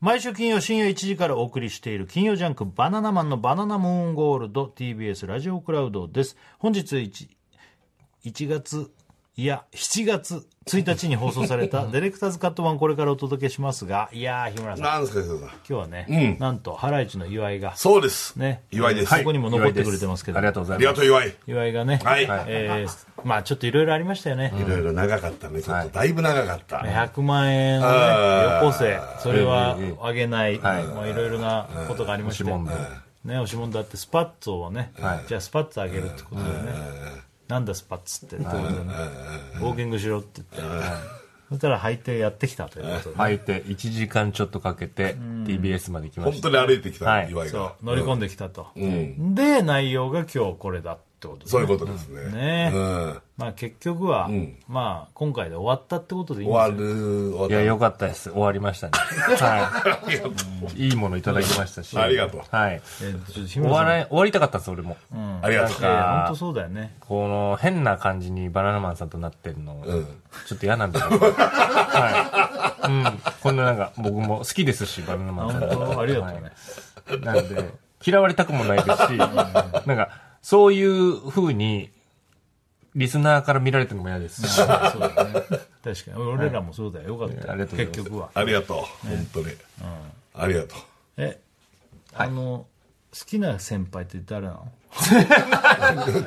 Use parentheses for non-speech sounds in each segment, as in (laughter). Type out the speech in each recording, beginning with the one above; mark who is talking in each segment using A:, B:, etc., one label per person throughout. A: 毎週金曜深夜1時からお送りしている金曜ジャンクバナナマンのバナナムーンゴールド TBS ラジオクラウドです。本日 1, 1月、いや、7月1日に放送されたディレクターズカット版これからお届けしますが、 (laughs) いやー、日村さん、今
B: なんですか、先生。
A: 日はね、なんとハライチの岩井が、
B: そうです。
A: ね、
B: 岩井です。
A: ここにも残ってくれてますけど、
C: ありがとうござ
B: あ
C: い
B: り
C: ま
B: がとう、岩井。
A: 岩井がね、
B: はい
A: えーまあちょっといろいろありましたよね。
B: いろいろ長かったね。ちょっとだいぶ長かった。
A: 100万円をね、
B: あー
A: よこせ、それは
C: ええええ
A: あげない、
C: はい
A: まあいろいろなことがありまして、
C: 押し問題
A: ね、押し問題あって、スパッツをね、
C: はい
A: じゃあスパッツあげるってことでね、なんだスパッツって、ということでねウォーキングしろって言って、そしたら履いてやってきたということで、
C: す。いて1時間ちょっとかけて TBS まで来ま
B: 本
C: し
B: 当
C: た。
B: に歩いてきた、
C: はい
B: 岩井
A: そう
B: が。
A: 乗り込んできたと、で、内容が今日これだってことです
B: そうい
A: ね
B: うことですね。
A: ね
B: うん。
A: まあ結局は、まあ今回で終わったってことでいいん
B: 終
A: で
B: わ
A: すよ
B: る、終
C: いや、
B: わっ
C: 良かったです。終わり
A: (laughs)
C: ましたね。はい。いいものいただきましたし。
B: ありがとう
C: はい。
A: えーちょっと日
C: 終
A: 村さん
C: わら、終わりたかったです、俺も。
B: た。ありがとう。
A: いやいや本当そうだよね。
C: この変な感じにバナナマンさんとなってるの、ちょっと嫌なんだけど。はい。うん。こんななんか、僕も好きですし、バナナマンさん
A: あ本当ありがとうね
C: はいなんで、嫌われたくもないですし、なんか、そういう風に、リスナーから見られてるのも嫌ですし。
A: そうだね。確かに。俺らもそうだよ。よかった
C: あり
A: よ。
C: がとうござい
A: 結
C: ます
A: 局は。
B: ありがとう。本当に。ありがとう。
A: え、あの、好きな先輩って誰なの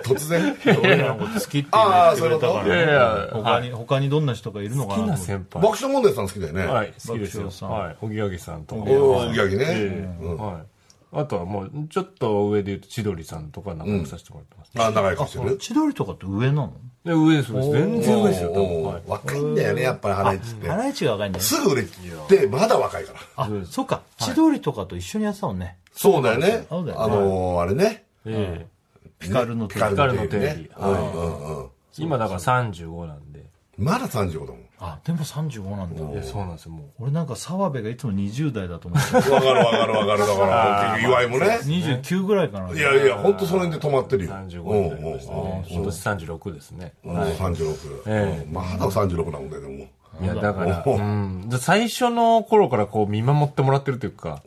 B: 突然。
A: 俺らのこと好きって言ってくれたか
B: あーそういうこと
C: いやい
A: ら
C: や
A: ね。他に、他にどんな人がいるのか
C: 好き
A: なと思
C: な
A: って。
C: 先輩。
B: 爆笑問題さん好きだよね。
C: はい、好きです
A: 爆
C: よ
A: 笑。さん
C: はい。おぎやはぎさんとか。
B: おー、おぎやはぎ
C: え
B: ね。
C: えはい。あとはもう、ちょっと上で言うと、千鳥さんとか仲良くさせてもらってます。
B: あ、長いことしてる。
A: 千鳥とかって上なの
C: で、上です、上です。全然上ですよ、多分。
B: おー
C: はい。
B: 若いんだよね、やっぱりハライチって
A: ハ。ライチが若いんだよね。
B: すぐ売れて、まだ若いから。
A: あ、そうか。千鳥とかと一緒にやってたもんね。
B: そうだよね。あ
A: そうだよね
B: のー、あれね。
C: ええ
A: ピカルの手
B: ピカル
C: 彼の定
B: 定
C: 理
B: 理。
C: はい
B: うんうんうん。
C: 今だから35なんで。
B: まだ35だもん。
A: あ、でも35なんだ。
C: いや、そうなんですよ、も
A: 俺なんか澤部がいつも20代だと
B: (laughs)
A: 思ってた。
B: わかるわかるわかる。だから、結局岩井もね。
A: 29ぐらいかな。
B: いやいや、ほんとその辺で止まってる
C: う。
B: よ。
C: 35になりました
B: うんうんうん
C: ね。今年36ですね。
B: うん36、
C: ええ
B: うんまだ36なんだよ、でも。
C: いや、だから、
B: お
C: うん。で最初の頃からこう見守ってもらってるとい
B: (laughs)
C: うか、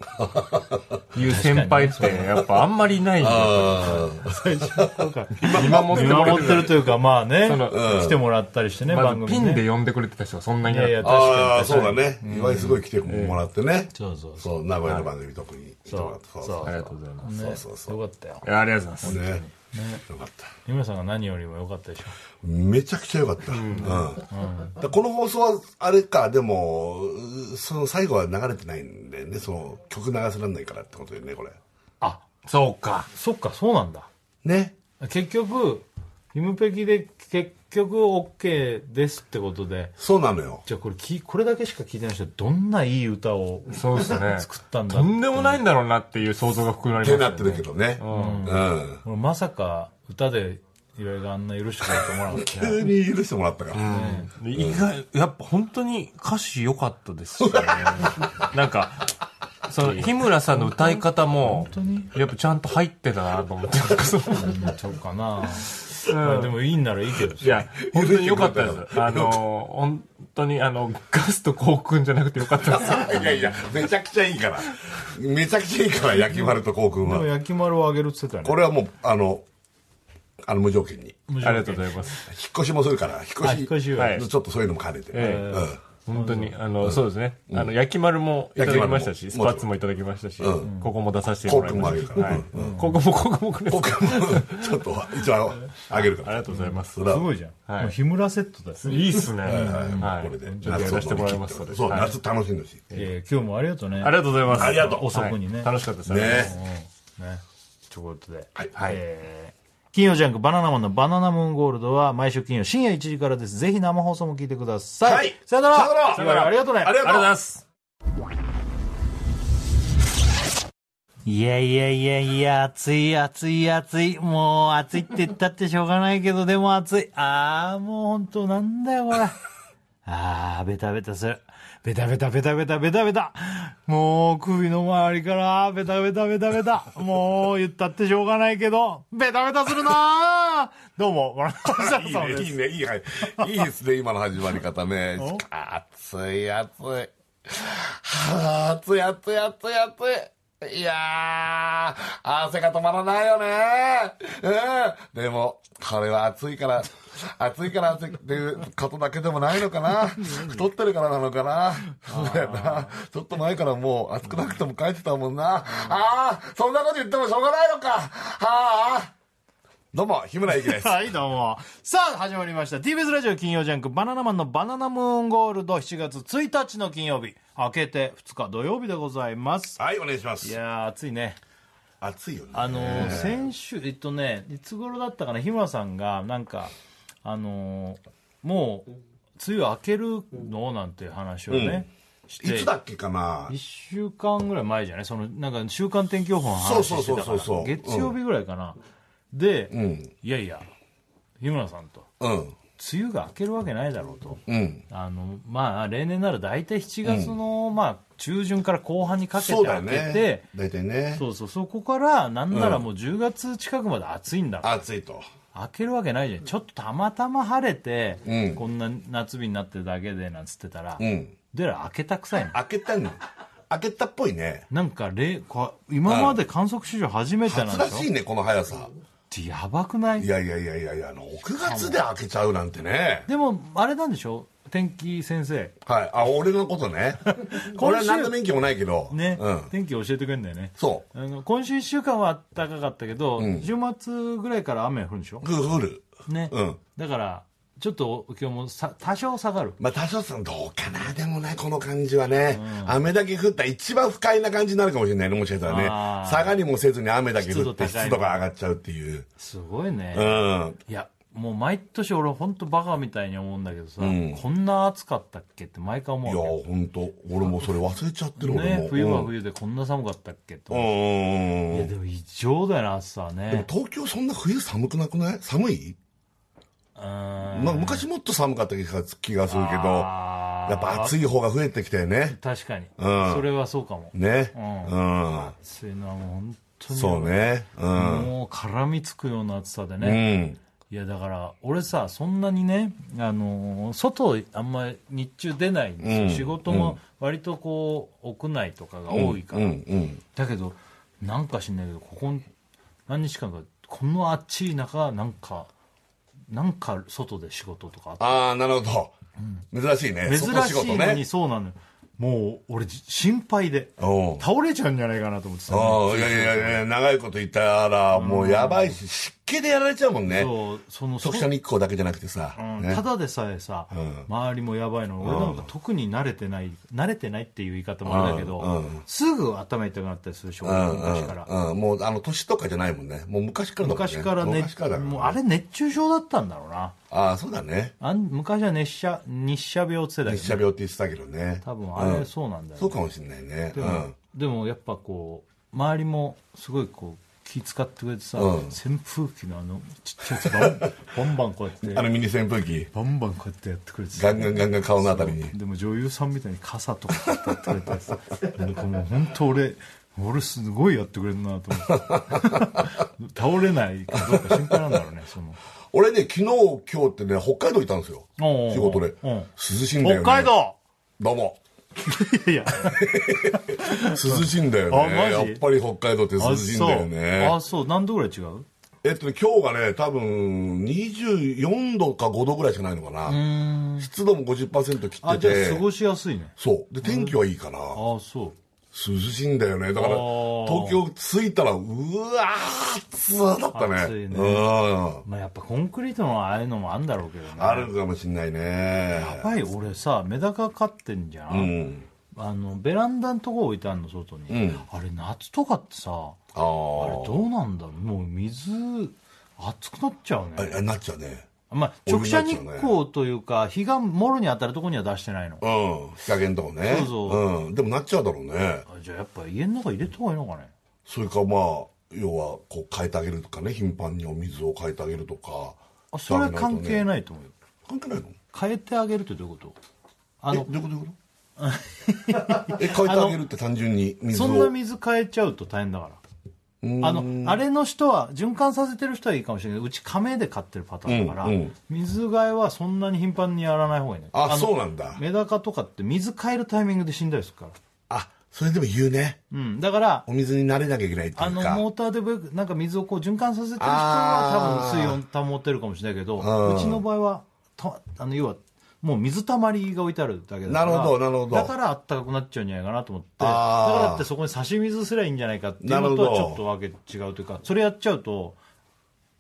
C: いう先輩って、やっぱあんまりいないんで
B: あ
A: 最初の頃から
C: 見守って
A: 見
C: もらっ
A: 守ってるというか、まあね
C: その、
A: 来てもらったりしてね、
C: ま
A: 番
C: ず
A: 組
C: ピ
A: ね
C: ンで呼んでくれてた人がそんなにい
A: い
C: な
A: や
C: か
A: い
C: っ
A: や、
B: あ
A: 確か
C: た。
B: あ、
A: に。
B: そうだね。岩井すごい来てもらってね。
A: そうそうそ
B: そう、名古屋の番組特に来てもらって。そう
A: そう
C: ありがとうございます。
A: う。
B: そ
A: ね
B: うそうそう。
A: よかったよ。
C: いやありがとうございます。
B: ね。よかった。
A: 日村さんが何よりもよかったでしょ。
B: めちゃくちゃよかった。うん。だこの放送は、あれか、でも、うその最後は流れてないんだよね。その曲流せらんないからってことよね、これ。
A: あ、
C: そうか。
A: そっか、そうなんだ。
B: ね。
A: 結局、ヒムペキで結局 OK ですってことで、
B: そうなのよ。
A: じゃあこれき、これだけしか聞いてない人、どんないい歌を
C: そうですね。
A: 作ったんだ
C: とんでもないんだろうなっていう想像が膨らみま
B: っ
C: すよ
B: て
C: ね。
B: なってるけどね。うん。
A: 俺まさか歌で岩井があんな許してくれると思わなかったね。
B: 急に許してもらったから。
C: で意外、やっぱ本当に歌詞良かったですよね。なんか、その、日村さんの歌い方も、やっぱちゃんと入ってたなと思って。なんかその
A: うんそうかな。まあでもいいんならいいけどさ
C: いや、本当に良かったです。あの、本当にあの、ガスとコウ君じゃなくて良かったです。
B: (laughs) いやいや、めちゃくちゃいいから。めちゃくちゃいいから、焼き丸とこうくん
A: でも
B: は。
A: 焼き丸をあげるって言ってたね。
B: これはもう、あの、あの、無条件に。
C: ありがとうございます。
B: 引っ越しもするから、引っ越
A: あ
B: し。
A: 引っ越しを
C: はい
B: ちょっとそういうのも兼ねて。
C: ええ
B: うん
C: 本当に、あの、そうですね。あの、焼き丸もいただきましたし、
B: 焼
C: ス
B: き丸も
C: パッツもいただきましたし、ここも出させて
B: コ
C: も
B: ー
C: らい
B: クも
C: ま
B: あげ
C: し
B: る
C: た
B: か
C: し。
B: ら。
C: は
B: うん。
C: いここも、ここもくれます。
B: 僕も、 (laughs) ちょっと、一応、あげるか
C: あり
B: ら。
C: がとうございます。
B: それは
A: すごいじゃん。
C: はい
A: もう日村セットだよ。
C: いいっすね。はい。
B: これで、
C: ちょっとやらせてもらいます
B: 夏を乗り切って
C: ので。
B: そう、
C: はい
B: 夏楽しんでほしい。
A: いやいや今日もありがとうね。
C: ありがとうございます。
B: ありがとう
A: 遅くにね
C: はい楽しかったです。
B: ね
A: うんね。ということで。
B: はい
C: はい
A: えー金曜ジャンクバナナマンのバナナムーンゴールドは毎週金曜深夜1時からです。ぜひ生放送も聞いてください。
B: はい
A: さよな
B: さよな
A: ら
B: ら
A: 日村ありがとうね。
B: ありがとう
C: ありがとうございます。
A: いやいやいやいや、暑い暑い暑い。もう暑いって言ったってしょうがないけど、でも暑い。あーもうほんとなんだよ、これ。あー、ベタベタする。ベタベタベタベタベタベタ。もう首の周りから、ベタベタベタベタ。もう言ったってしょうがないけど、ベタベタするなーどうも、ご覧のさんです。
B: いいね、いいね、いいはいいですね、今の始まり方ね。暑い、暑い。はあ、暑い暑い暑い暑い。いやー、汗が止まらないよね。うん。でも、これは暑いから、暑いから暑いっていうことだけでもないのかな。太ってるからなのかな。そうだよな。ちょっと前からもう暑くなくても帰ってたもんな。ああ、そんなこと言ってもしょうがないのか。はあ。どうも、日村ゆきです。
A: はい、どうも。さあ、始まりました。TBS ラジオ金曜ジャンク、バナナマンのバナナムーンゴールド、7月1日の金曜日、明けて2日土曜日でございます。
B: はい、お願いしま
A: い
B: す。
A: やー、暑いね。
B: 暑いよね。
A: あのー先週、えっとね、いつ頃だったかな、日村さんが、なんか、あのーもう、梅雨明けるのなんて話をね、して、
B: いつだっけかな
A: 1週間ぐらい前じゃないその、なんか、週間天気予報の話してたから
B: そうそうそうそうそう
A: 月曜日ぐらいかな。で、
B: ん
A: いやいや、日村さんと、
B: うん。
A: 梅雨が明けるわけないだろうと。
B: うん。
A: あのまあ、例年なら大体7月の、まあ、中旬から後半にかけて
B: そうだよ
A: 明け
B: ね
A: て。
B: 大体ね。
A: そうそう、そこから、なんならもう10月近くまで暑いんだから、
B: 暑いと。
A: 開けるわけないじゃん。ちょっとたまたま晴れて、
B: うん
A: こんな夏日になってるだけで、なんつってたら、
B: うん。
A: でら開けたくさいの。
B: 開けたの。
A: (laughs)
B: 開けたっぽいね。
A: なんか、れこ今まで観測史上初めてなんで
B: 珍
A: し
B: しいね、この速さ。
A: ょってやばくないい
B: やいやいやいやいや、あの、6月で開けちゃうなんてね。
A: でも、あれなんでしょ天気先生。
B: はい。あ、俺のこと
A: (laughs)
B: ね。俺は何の免許もないけど。
A: ね、
B: うん。
A: 天気教えてくれんだよね。
B: そ
A: あの今週1週間は暖かかったけど、
B: ん
A: 週末ぐらいから雨降るんでしょ
B: う。グーフル。
A: ね、
B: うん
A: だからちょっと今日もさ多少下がる
B: まあ、多少さんどうかなでもね、この感じはね、雨だけ降ったら一番不快な感じになるかもしれないね、もしかしたらね
A: あ。ー
B: 下がりもせずに雨だけ降って
A: 湿度高い
B: 湿度が上がっちゃうっていう。
A: すごいね、
B: うん。
A: いやもう毎年俺本当バカみたいに思うんだけどさ、
B: ん
A: こんな暑かったっけって毎回
B: いや、
A: 思うわ
B: ほんと、俺もそれ忘れちゃってる、
A: け
B: 俺
A: ね
B: も。
A: 冬は冬でこんな寒かったっけ
B: うん。
A: と、
B: うんうんうん
A: いやでも異常だよな暑さは
B: でも
A: ね
B: 東京そんな冬寒くなくない寒い、
A: うん
B: まあ、昔もっと寒かった気が気がするけど、や
A: あ
B: っぱ暑い方が増えてきたよね。
A: 確かに、
B: うん
A: それはそうかも
B: ね。
A: う
B: うん。
A: 暑いのはもう本当に
B: そうね。うん。
A: もう絡みつくような暑さでね、
B: うん。
A: いやだから俺さそんなにね、あのー外あんまり日中出ないんですよ、
B: うん
A: 仕事も割とこう屋内とかが多いから、
B: うん。うん。
A: だけどなんか知んないけどここ何日間かこの暑い中なんかなんか外で仕事とかあっ
B: ああ、なるほど。珍しいね。
A: て珍
B: 外仕
A: し
B: 事
A: いの
B: ね
A: に。そうなのよもう俺じ心配で
B: おう
A: 倒れちゃうんじゃないかなと思ってさ
B: ああ、いやいやいやいや、長いこと言ったら、もうやばいし、湿気でやられちゃうもんね。
A: そうその
B: 直射日光だけじゃなくてさ。
A: うん
B: ね
A: ただでさえさ、
B: ん
A: 周りもやばいの俺なんか特に慣れてない、慣れてないっていう言い方もあれだけど、
B: うんうん
A: すぐ頭痛くなったりするし、俺
B: う
A: は
B: ん
A: 昔から、
B: うんうん、もうあの年とかじゃないもんねもう昔からだもんね
A: 昔からね
B: 昔からだからね
A: もうあれ熱中症だったんだろうな
B: ああそうだね
A: あん昔は熱射日射病って言ってたけ
B: 熱
A: ど、
B: 射病って言ってたけどね
A: 多分あ
B: う
A: れ
B: ん
A: そうなんだよ、ね
B: そうかもしれないね
A: でも、でもやっぱこう周りもすごいこう気使ってくれてさ、
B: うん
A: 扇風機のあのちっちゃいやつバンバンバンこ
B: う
A: う
B: ん、
A: や
B: あ
A: って
B: のミニ扇風機
A: バンバンこうやってやってくれて
B: ガ
A: さ
B: ンガンガンガン顔のあたりに
A: でも女優さんみたいに傘とか立ってくれたりさなんかもう本当俺俺すごいやってくれるなと思って (laughs) 倒れないかどうか心配なんだろうねその
B: 俺ね昨日今日ってね北海道行ったんですよ
A: おうおうおう
B: 仕事で
A: うん
B: 涼しいんだよ、
A: 北
B: ね、
A: 海道
B: どうも
A: いやいや
B: 涼しいんだよ
A: あ
B: ね
A: マ
B: やっ
A: ジ
B: ぱり北海道って涼
A: あ
B: しいんだ
A: そ
B: よ
A: う、
B: ね
A: あそう何度ぐらい違う
B: えっとね今日がね多分24度か5度ぐらいしかないのかな
A: うん
B: 湿度も50%切
A: あ
B: っ
A: じゃ
B: て
A: あ過
B: て
A: ごしやすいね
B: そうで天気はいいかな
A: あそう
B: 涼しいんだよねだから
A: あー
B: 東京着いたらうわー暑そうだったね
A: 暑いね
B: うん
A: まあやっぱコンクリートのああいうのもあるんだろうけどね
B: あるかもしんないね
A: やばい俺さメダカ飼ってんじゃん、
B: うん
A: あのベランダのとこ置いてあるの外に、
B: うん
A: あれ夏とかってさ
B: あ
A: あれ
B: ー
A: どうなんだろうもう水熱くなっちゃう
B: あ
A: ね
B: れなっちゃうね
A: まあ、
B: 俺
A: 直
B: も
A: 射
B: なっち
A: 日
B: ゃうね
A: 光というか日がもろに当たるとこには出してないの
B: うん日陰のとこね
A: そうそ
B: うん、でもなっちゃうだろうね
A: あじゃあやっぱ家の中入れた方がいいのかね
B: それかまあ要はこう変えてあげるとかね頻繁にお水を変えてあげるとか
A: あそれは関係
B: い
A: ないと思うよ
B: 関係ないの
A: 変えてあげるってどういうことあ
B: えど
A: の
B: ういうことどういう
A: (laughs)
B: ことえ変えてあげるって単純に水
A: そんな
B: を
A: 水変えちゃうと大変だからあの、あれの人は、循環させてる人はいいかもしれないけど、うち亀で飼ってるパターンだから、
B: うんうん
A: 水替えはそんなに頻繁にやらない方がいいね。
B: あ
A: の
B: そうなんだ
A: メダカとかって水変えるタイミングで死んだりするから。
B: あ、それでも言うね。
A: うん。だから、
B: お水に慣れなきゃいけないってい
A: あ
B: う
A: の、
B: か。
A: モーターでブレイクなんか水をこう循環させてる人は
B: あ
A: 多
B: ー
A: 分水温保ってるかもしれないけど、
B: うん
A: うちの場合は、たあの、要は、もう水たまりが置いてあるだけだから。
B: なるほどなるほど
A: だからあったかくなっちゃうんじゃないかなと思って、だか
B: あー
A: らだってそこに差し水すりゃいいんじゃないかっていうのと
B: なる
A: は
B: ほ
A: ち
B: ど
A: ょっとわけ違うというか、それやっちゃうと、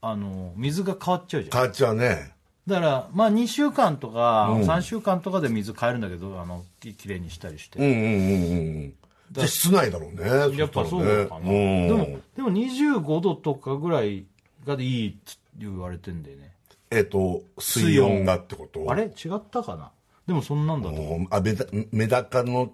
A: あの、水が変わっちゃうじゃん。
B: 変わっちゃうね。
A: だから、まあ2週間とか、3週間とかで水変えるんだけど、あの、ききれいにしたりして。
B: うんうんうんうん。じゃあ室内だろうね。
A: やっぱそう
B: したら
A: な
B: ね
A: のか
B: う
A: な、
B: ん
A: でもでも25度とかぐらいがいいって言われてんだよね
B: えっと、水温がってこと
A: あれ違ったかなでもそんなんだと
B: うんあ、メダメダカの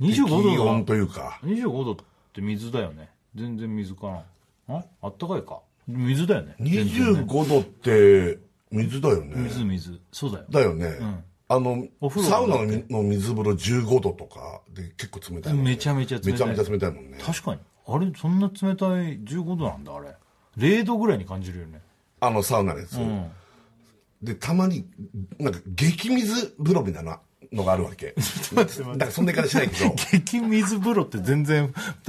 A: 25
B: 気
A: 度
B: 温
A: だ
B: というか。
A: 25度って水だよね全然水かなああったかいか水だよね全然ね
B: 25度って水だよね。
A: 水水そうだよ
B: だよね。あの
A: お、風呂
B: サウナのみの水風呂15度とかで結構冷たいもんね、
A: めちゃめちゃ冷たい
B: めちゃめちゃ冷たいもんね。
A: 確かにあれそんな冷たい15度なんだあれ0度ぐらいに感じるよね
B: あの、サウナのやつ。
A: ん
B: で、たまに、なんか、激水風呂みたいなのがあるわ
A: (laughs)
B: け。なんか、そんな言い方しないけど。
A: 激水風呂って全然 (laughs)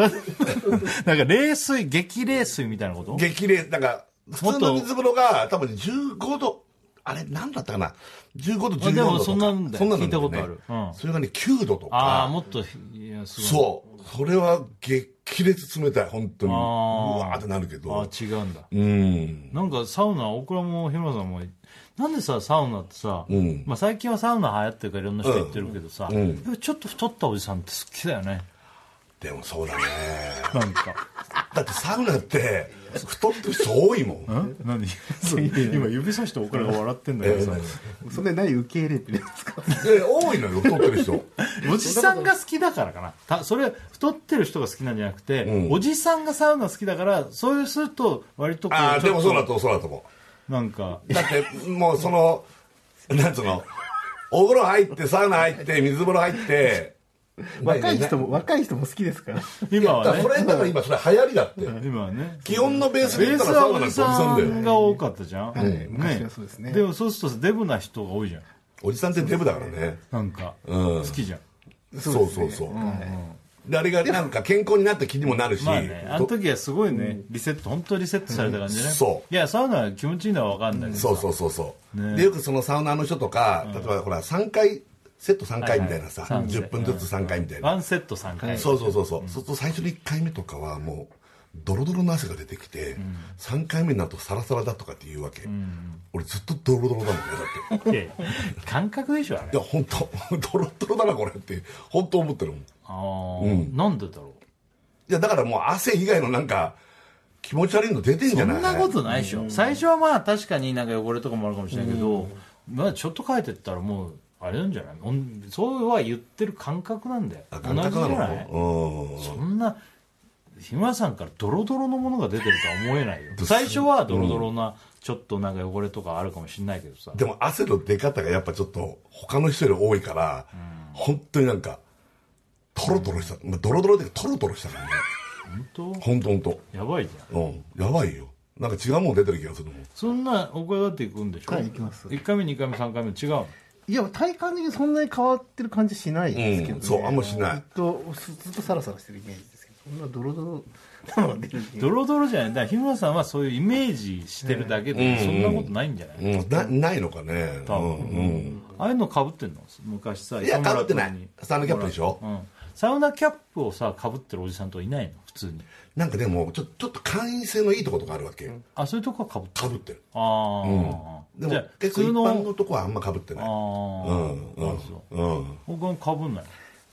A: なんか冷水激冷水みたいなこと
B: 激冷、なんか、普通
A: もっと
B: の水風呂が多分15度、あれ、なんだったかな ?15 度、14度とか。
A: でもそんなんだよ
B: そんなん
A: 聞いたことあるうん
B: それがね、9度と
A: ああ、
B: か。
A: もっと、いや、すごい。
B: そう。それは激烈冷たい、本当に。う
A: あー
B: わーってなるけ
A: ああ
B: ど。
A: ー、違うんだ。
B: うん。
A: なんかサウナ、大倉も日村さんも、なんでさ、サウナってさ、
B: ん
A: まあ最近はサウナ流行ってるからいろんな人言ってるけどさ、
B: ん
A: やっぱちょっと太ったおじさんって好きだよね。
B: でもそうだね。
A: (laughs) なんか。
B: だってサウナって、太ってる人多いもん。
A: 何 (laughs) 今指さして大倉が笑ってんだけどさ、
D: それ何受け入れてるんですか
B: で、多いのよ、太ってる人。
A: おじさんが好きだからかな。たそれ、太ってる人が好きなんじゃなくて、おじさんがサウナ好きだから、そういうすると、割とこう
B: ああ、
A: ち
B: で
A: ょ
B: も
A: っ
B: そう
A: と
B: だと、そうだと思う。
A: なんか、
B: だってもうそのなんつうのお風呂入ってサウナ入って水風呂入って
D: 若い
B: ね
D: 人も、若い人も好きですから。
A: 今
B: だか
A: は
B: ら
A: ね
B: そ、れだから今それ流行りだって
A: 今はね、
B: 気温のベースで
A: ベ
B: 言
A: ー
B: っ
A: ス
B: たらサ
A: は
B: ウナのお
A: お
B: じ
A: じ
B: さ
A: さ
B: んだよ
A: んが多かったじゃん、ね
D: 昔はそうですね
A: でもそうするとデブな人が多いじゃん
B: おじさんってデブだからね
A: なんか、
B: うん
A: 好きじゃん
B: そうそうそうであれがなんか健康になった気にもなるし
A: まあねあの時はすごいね、リセット本当リセットされた感じね、
B: うんそう
A: いやサウナは気持ちいいのは分かんないです、
B: そうそうそうそう、
A: ね
B: でよくそのサウナーの人とか、例えばほら3回セット3回みたいなさ、
A: はいはい
B: 10分ずつ3回みたいな、
A: ワンセット3回、
B: そうそうそうそう、そうすると最初の1回目とかはもうドロドロの汗が出てきて、三3回目になるとサラサラだとかって言うわけ、俺ずっとドロドロだもんねだって
A: いやいや感覚でしょあ
B: いや
A: れ
B: 本当ドロドロだなこれって本当思ってるもんい
A: あー、なんでだろ
B: やだからもう汗以外のなんか気持ち悪いの出てん
A: う
B: じ
A: そ
B: ゃない
A: んなことないでしょ、最初はまあ確かになんか汚れとかもあるかもしれないけど、まあちょっと変えてったらもうあれなんじゃないおんそうは言ってる感覚なんだよ
B: あ
A: 同
B: 感
A: じじ
B: 覚
A: ゃ
B: な
A: ない
B: のうん
A: そんな日村さんからドロドロのものが出てるとは思えないよ最初はドロドロな、ちょっとなんか汚れとかあるかもしれないけどさ
B: でも汗の出方がやっぱちょっと他の人より多いから、本当になんかトロトロした、まあ、ドロドロでトロトロしたからね
A: 本当
B: 本当本当
A: やばいじゃん
B: うん、やばいよなんか違うもん出てる気がするもん
A: そんなお金だっていくんでしょ
D: はい行きます
A: 1回目2回目3回目違うの
D: いや、体感的にそんなに変わってる感じしないですけど、ね
B: うんそうあんましない
D: ずっと、ずずっとサラサラしてるイメージですけど、そんなドロドロなのが出るっていう
A: ドロドロじゃないだから日村さんはそういうイメージしてるだけでそんなことないんじゃない、
B: うん、なないのかね
A: 多分
B: うん
A: ああいうのかぶってんの昔さ
B: いや
A: 磯村
B: 被ってない
A: 君に
B: サウナキャップでしょ
A: うん、サウナキャップをさかぶってるおじさんといないの普通に
B: なんかでもちょちょっと会員性のいいとことがあるわけ
A: あそういうとこはかぶってる
B: かぶってる
A: ああ、
B: で
A: じ
B: も
A: ゃあ
B: 結構一般のとこはあんまかぶってない
A: ああ、
B: うんう
A: なんるほど
B: うん
A: 僕はかぶんない、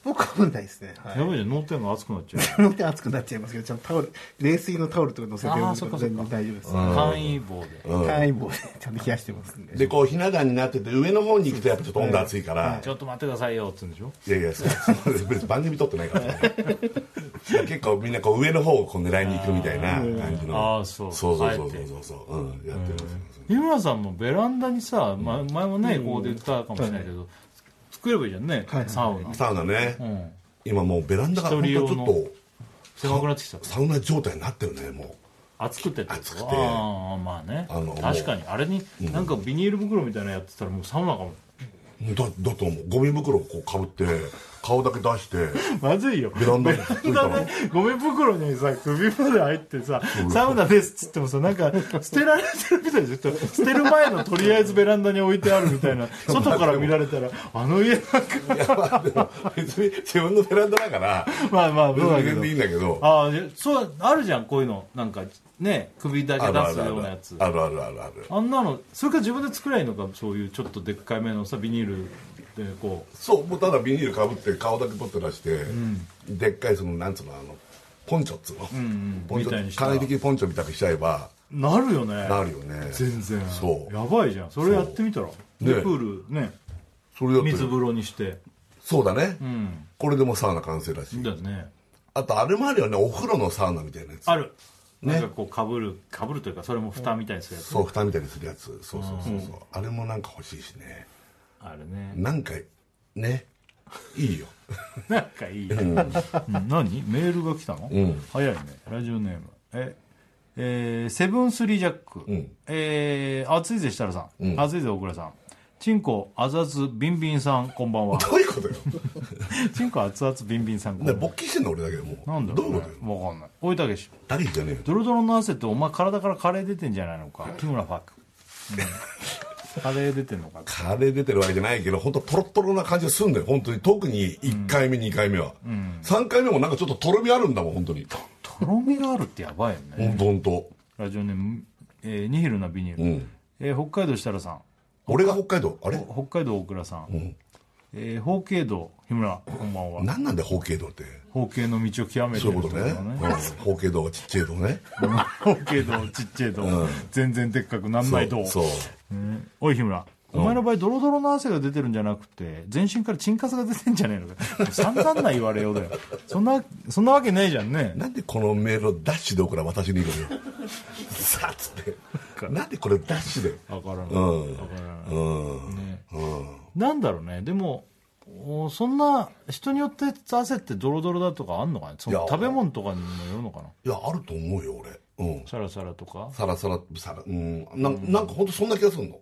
D: 僕は問題ですね。はい。
A: やばいじゃん脳天が熱くなっちゃう
D: 乗って熱くなっちゃいますけど、ちゃんとタオル、冷水のタオルとか乗せて
A: あー
D: お
A: そっ
D: く
A: か
D: と
A: そっ
D: 全
A: か
D: 然大丈夫です。
A: 簡易棒で、
D: 単位棒でちゃんと冷やしてますんで。
B: でこうひな壇になってて上の方に行くとやっぱちょっと温度熱いから、
A: ちょっと待ってくださいよっつうんでしょ
B: いやいやそうそうです別に番組撮ってないから
A: (laughs)
B: 結構みんなこう上の方をこう狙いに行くみたいな感じの
A: あーそう
B: そうそうそう
A: あえて
B: そうそう、うん、やってます、
A: 日村さんもベランダにさ、ま、前もねここで言ったかもしれないけど、作ればいいじゃんね、サウナ、
B: サウナね、
A: うん、
B: 今もうベランダが
A: 一
B: 本
A: 人
B: 当
A: 用
B: ちょ
A: の
B: っと
A: 狭くなってきた
B: サウナ状態になってるねも
A: 暑くてってこと
B: 暑くて
A: ああまあね
B: あの
A: 確かにあれになんかビニール袋みたいなのやってたらもうサウナかも
B: うだだと思うゴミ袋をこうかぶって顔だけ出して
A: まずいよ
B: ベラン
A: (laughs)
B: ダについたら
A: ねゴミ袋にさ首まで入ってさサウナですっつってもさ
B: (laughs)
A: なんか捨てられてるみたいでちょっと捨てる前のとりあえずベランダに置いてあるみた
B: (laughs)
A: いな外から見られたらあの家なん (laughs) か
B: いやまあでも別に自分のベランダだから
A: まあまあ
B: 別
A: まあ
B: に全然いいんだけど
A: ああいやそうあるじゃんこういうのなんかね首だけ出すようなやつ
B: あるあるあるある
A: あんなのそれから自分で作りゃいいのかそういうちょっとでっかいめのさビニールでこう
B: そうもうただビニールかぶって顔だけポッと出して、でっかいそのなんつうのあのポンチョっつうの、ポンチ
A: みたいに
B: ョ
A: したら
B: 簡易的ポンチョみたくしちゃえば
A: なるよね
B: なるよね
A: 全然
B: そう
A: やばいじゃんそれやってみたらで
B: ね
A: プールね
B: それだと
A: 水風呂にして
B: そうだね、
A: うん
B: これでもうサウナ完成だし
A: だよね
B: あとあれもあるよねお風呂のサウナみたいなやつ
A: ある
B: ね
A: なんかこうかぶるかぶるというかそれも蓋みたいにするやつ
B: そう蓋みたいにするやつそうそうそうそう、あれもなんか欲しいしね
A: あれね
B: なんかねいいよ
A: なんかいいね、うん何メールが来たの、
B: ん
A: 早いねラジオネームええーセブンスリージャック、
B: ん
A: えー、暑いぜ設楽さん、
B: ん
A: 暑いぜ大倉さんチンコあざずビンビンさんこんば
B: (laughs)
A: んは
B: どういうこと
A: (laughs)
B: よ
A: チンコ熱々ビンビンさんこんば
B: ね
A: んは
B: 勃起してんの俺だけでもう
A: なんだ
B: どう
A: ろ
B: いうう
A: ね
B: ことよ
A: わかんないおいたけし
B: ダリーじゃねえよ
A: ドロドロの汗ってお前体からカレー出てんじゃないのか木村ファック、
B: (laughs)
A: うんカレー出てんのか
B: カレー出てるわけじゃないけど本当トロットロな感じがすんだよ本当に特に1回目、二2回目は、3回目もなんかちょっととろみあるんだもん本当に
A: とろみがあるってやばいよね
B: 本当本当
A: ラジオネーム、えーニヒルなビニール、
B: うん
A: えー北海道設楽さん
B: 俺が北海道あれ
A: 北海道大倉さん、えー方形道日村こんばんは
B: 何なんだよ方形道って
A: 方形の道を極めて
B: そう
A: る
B: いうことね
A: ところ
B: うん方形道はちっちゃい道ね
A: 方形道ちっちゃい道、全然でっかく何枚道
B: そう
A: うんおい日村お前の場合ドロドロの汗が出てるんじゃなくて全身からチンカスが出てんじゃねえのかもう散々な言われようだよそんなそんなわけないじゃんね
B: なんでこのメールをダッシュで送ら私に行くのよさあっつってなんでこれダッシュで
A: わからない、
B: うん
A: わからない
B: うん
A: なんだろうねでもおそんな人によって汗ってドロドロだとかあんのかねそ
B: い
A: の
B: や
A: 食べ物とかにもよるのかない
B: やあると思うよ俺うん
A: サラサラとか
B: サラサラサラうんなんなんか本当そんな気がするの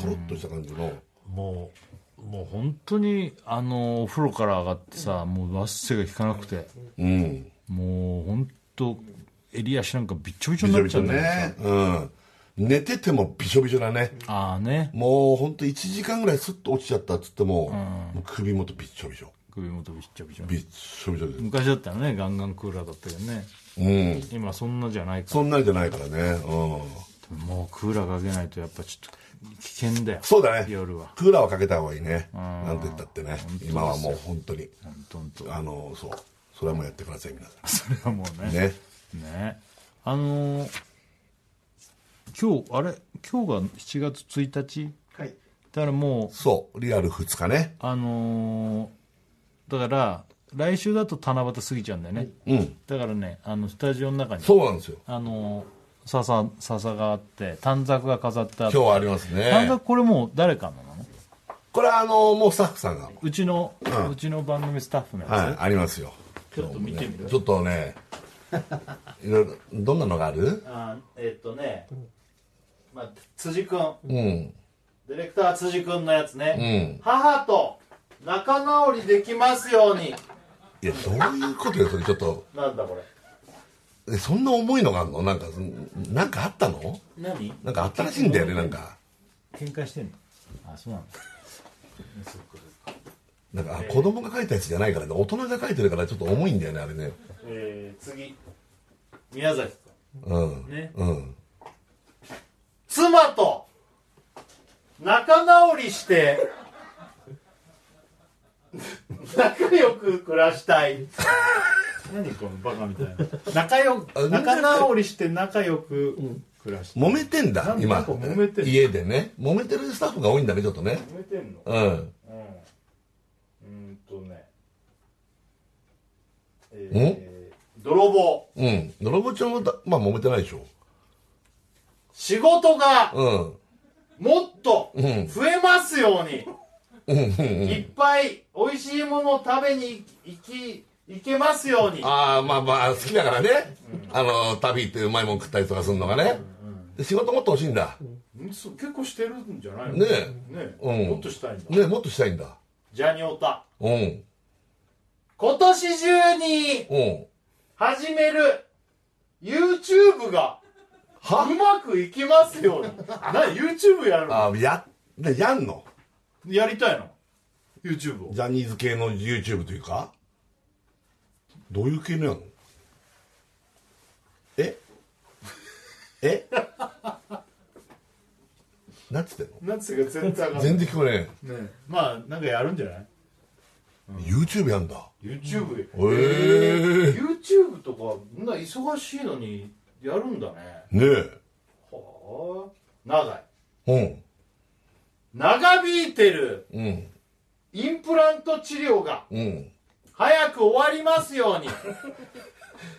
B: とろっとした感じの、
A: もうもう本当にあのお風呂から上がってさもう汗が引かなくて
B: うん。
A: もう本当襟足なんかびっちょびちょ
B: び
A: に
B: し
A: な
B: ょ
A: っ
B: び
A: ち
B: しょ
A: ゃうんだけどさ
B: ね。うん。寝ててもびしょびしょだね。
A: ああね
B: もうほんと1時間ぐらいスッと落ちちゃったっつっても、もう首元びっしょびしょ。
A: 首元びっちょびちょ
B: びっしょびしょです。
A: 昔だったらねガンガンクーラーだったけどね
B: うん。
A: 今そんなじゃないか
B: そんなんじゃないからね。うん。
A: らもうクーラーかけないとやっぱちょっと危険だよ
B: そうだね。
A: 夜は
B: クーラーはかけた方がいいね。なんて言ったってね。今はもう本当に。
A: 本当本当
B: あの、そう。それはもうやってください、皆さ
A: それはもうね
B: ん。ね。
A: ねあのー今日あれ今日が7月1日
D: はい
A: だからもう
B: そう。リアル2日ね。
A: あのーだから来週だと七夕過ぎちゃうんだよね、
B: うん。
A: だからねあのスタジオの中に
B: そうなんですよ。
A: あのー笹笹があって短冊が飾ってあ
B: 今
A: って
B: 日はあります
A: 短
B: ね
A: 冊。これもう誰かなのね
B: これはあの、もうスタッフさんが。
A: うちの、うちの番組スタッフのやつ、
B: はい、ありますよ。
A: ちょっと見てみる
B: ちょっと
A: (laughs)
B: ね、いろいろ、どんなのがある
A: あえっとね、まあ、辻君
B: うん。
A: ディレクター辻君のやつね、
B: うん。
A: 母と仲直りできますよう
B: い
A: に
B: や、どういうことよ、それちょっと。
A: なんだこれ
B: えそんな重いのがあるのなんか、そんなんかあったの
A: 何
B: なんかあったらしいんだよね、なんか。
A: 喧嘩してんのあそうなの
B: なんか、あ子供が書いたやつじゃないからね、大人が書いてるからちょっと重いんだよね、あれね。
A: えー、次宮崎
B: うん。
A: ね
B: うん。
A: 妻と仲直りして仲良く暮らしたい何このバカみたいな仲良く仲直りして仲良く暮らしたい
B: 揉めてんだ
A: な、ん
B: 今。
A: なんか揉めてる
B: 家でね。揉めてるスタッフが多いんだね、ちょっとね。
A: 揉めてんの
B: うん。
A: うんうーんとね
B: え
A: 泥棒
B: うん。泥棒ちゃんはだ、まあ揉めてないでしょ。
A: 仕事が
B: うん。
A: もっと
B: うん。
A: 増えますように
B: うん。うん。
A: いっぱい美味しいものを食べに行き行けますように。
B: ああまあまあ好きだからね、あの旅行ってうまいもん食ったりとかするのがね、仕事もっと欲しいんだ
A: んそ結構してるんじゃないの
B: ね
A: ね
B: うん
A: もっとしたいんだ。
B: ねもっとしたいんだ
A: ジャニオタ。
B: うん
A: 今年中に
B: うん
A: 始める YouTube が
B: は
A: うまくいきますよう
B: (laughs)
A: に。な、YouTube やるの
B: ああやねやんの
A: やりたいの ?YouTube を。
B: ジャニーズ系の YouTube というかどういう系のやんのええなんつってんの
A: なんつうか全然わかんない
B: 全然聞こえ
A: ねまあ、なんかやるんじゃない
B: ねえ YouTube やんだ
A: ?YouTube。
B: へえ
A: YouTube とか、みんな忙しいのにやるんだね。
B: ねえ
A: はあ。長い。
B: うん
A: 長引いてる
B: うん
A: インプラント治療が
B: うん
A: 早く終わりますように。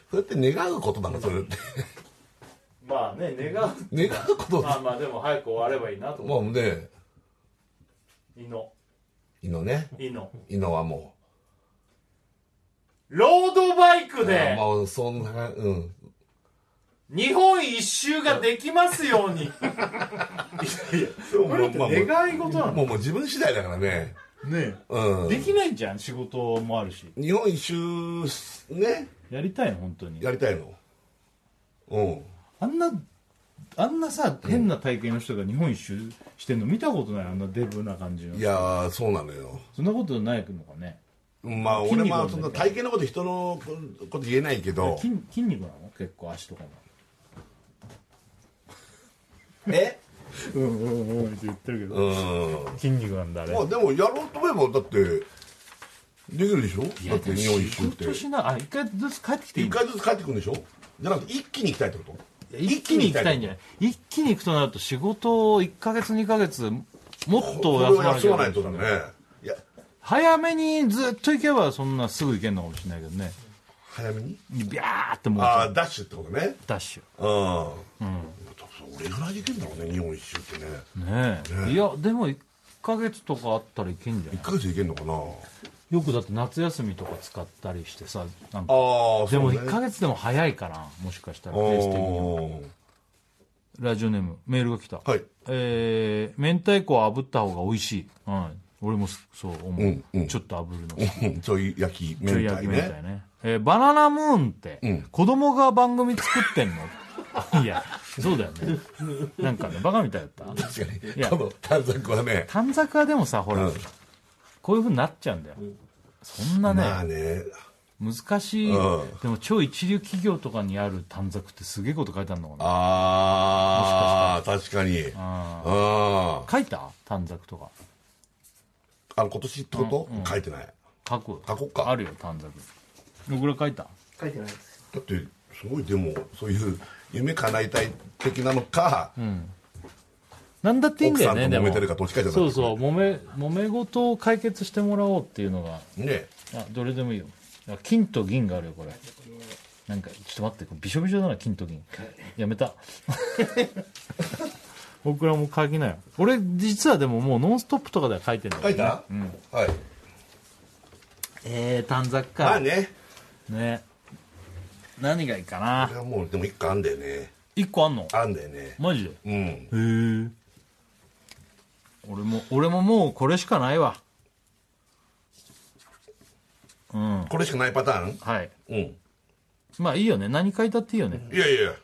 B: それって願うことなのそれって
A: (laughs) まあね、願う。
B: 願うこと
A: まあまあ、でも早く終わればいいなと思
B: まあね
A: う。いの。
B: いのね
A: いの。
B: いのはも
A: ロードバイ
B: う
A: クで
B: まあそんなうん
A: 日本一周ができますように。いやいや、これって願い事なの
B: もうもう自分次第だからね
A: ね
B: う
A: え
B: ん
A: できないじゃん、仕事もあるし。
B: 日本一周ね
A: やりたいの、本当に。
B: やりたいのうん
A: あんな、あんなさ、変な体型の人が日本一周してんの見たことない、あんなデブな感じの
B: い。やーそうなのよ
A: そんなことないのかね。
B: まあ
A: 筋
B: 俺
A: 肉
B: ま
A: は
B: あ
A: ね
B: そんな体型のこと人のこと言えないけど
A: 筋筋肉なの結構足とかも。
B: え
A: うんうんうんって言ってるけど。
B: うん
A: 筋肉なんだ、あれ
B: まあでもやろうと思えばだってできるでしょだって日本一周って
A: 仕事しな、あ、一回ずつ帰ってきていい
B: 一回ずつ帰ってくるんでしょじゃなくて一気に行きたいってこと
A: 一気に行きたいんじゃ
B: ゃ
A: ない一気に行くとなると仕事を1ヶ月2ヶ月もっと
B: 休
A: 休ま
B: ま
A: なきゃ
B: ないとだねいや
A: 早めにずっと行けばそんなすぐ行けるのかもしれないけどね
B: 早めに
A: ビャーってもう
B: ああダッシュってことね
A: ダッシ
B: うん、うん、俺ぐらいで行けるんだろうね日本一周ってね
A: ュねえいやでも1ヶ月とかあったらいけんじゃな
B: 1ヶ月で行けるのかない
A: よくだって夏休みとか使ったりしてさなんか
B: ああ
A: でも
B: 一
A: 1ヶ月でも早いかなもしかしたらペース的にはラジオネームメールが来た
B: はい
A: えー、明太子は炙った方が美味しい、うん、俺もそう思う、
B: うんうん
A: ちょっと炙るの
B: うんちょい (laughs) 焼き明
A: ちょい
B: 太
A: 焼きみたい
B: ね
A: ね。えーバナナムーンって、
B: うん
A: 子供が番組作ってんの (laughs) いや、そうだよね。なんかね、バカみたいだった
B: 確か
A: い
B: に
A: や
B: この短冊はね
A: 短冊はでもさ、ほら、
B: うん
A: こういう風になっちゃうんだよ。そんなね、
B: まあね
A: 難しい、
B: うん
A: でも超一流企業とかにある短冊ってすげえこと書いてあるのかな
B: ああ確かに
A: あ
B: あ
A: 書いた短冊とか。
B: あの今年ってこと、書いてない
A: 書く
B: 書こっか
A: あるよ、短冊。これ書いた
D: 書いてないです
B: だってすごいでもそういう夢叶いたい的なのか、
A: なんだっていいんだよね、
B: 奥さんと揉
A: で
B: め
A: も
B: てるかどっちかじゃない
A: そうそう、揉め、揉め事を解決してもらおうっていうのが
B: ね
A: あどれでもいいよあ金と銀があるよこれなんかちょっと待ってこれびしょびしょだな金と銀やめた (laughs) 僕らも書きなよ俺実はでももう「ノンストップ!」とかでは書いてんだよ
B: 書いた、はい
A: えー、短冊か
B: まあね
A: ね何がいいか
B: こ
A: な
B: れはもうでも一個あんだよね
A: 1個あんの
B: あんだよね
A: マジでへ
B: うん
A: え俺も俺ももうこれしかないわうん
B: これしかないパターン
A: はい
B: うん
A: まあいいよね何書いたっていいよね
B: いやいや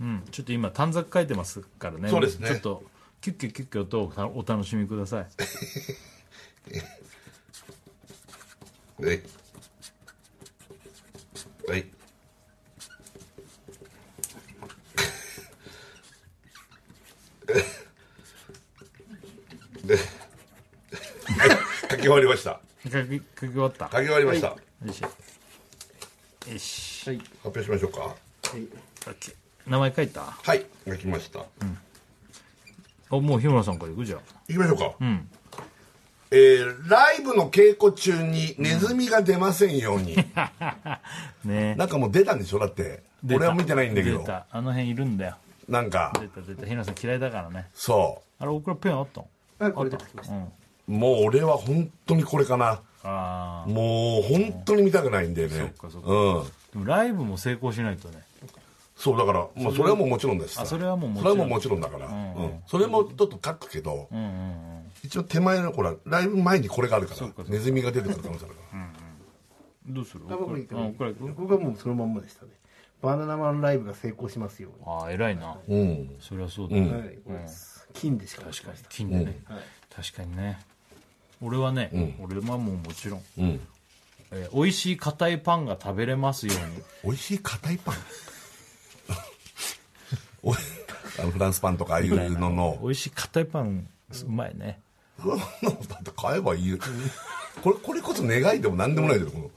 A: うん、ちょっと今短冊書いてますからね
B: そうですね
A: ちょっとキュッキュッキュッキュッとお楽しみください
B: はいはいで書き終わりました
A: 書き書き終わった
B: 書き終わりました、
A: よしよし、
D: はい
B: 発表しましょうか
D: はい
A: オッケー名前書いた
B: はい書きました、
A: あもう日村さんから行くじゃん
B: 行きましょうか、えーライブの稽古
A: (laughs)
B: 中にネズミが出ませんように、
A: ね
B: なんかもう出たんでしょだって
A: 出た
B: 俺は見てないんだけど
A: 出たあの辺いるんだよ
B: なんか
A: 出た出た日野さん嫌いだからね
B: そ
A: あれ大倉ペンあったの
D: あこれ出てきました
B: うもう俺は本当にこれかな
A: ああ
B: もう本当に見たくないんだよね
A: そっかそっか
B: うん
A: でもライブも成功しないとね
B: そうだから、まあ、それはもうもちろんです
A: あそれはもうも
B: も
A: ち
B: ち
A: ろ
B: ろ
A: ん
B: んだから、うんそれもちょっと書くけど、
A: うんうんうん
B: 一応手前のほらライブ前にこれがあるからネズミが出てくる可能性あるから、
A: どうする
D: あ僕行ってもいい
A: 大倉君
D: 僕はもうそのまんまでしたねバナナマンライブが成功しますよう
A: ああ偉いな
B: うん
A: そりゃそうだね
D: に、はいこれです金でしか
A: 確かに金でね
D: はい
A: 確かにね俺はね俺はもうもちろん
B: うん
A: えー美味しい硬いパンが食べれますよ (laughs) うに
B: 美味しい硬いパンおいあのフランスパンとかああいうのの
A: 美味しい硬いパンうまいね
B: フランスパンって買えばいいよこれこれこそ願いでも何でもないけどこの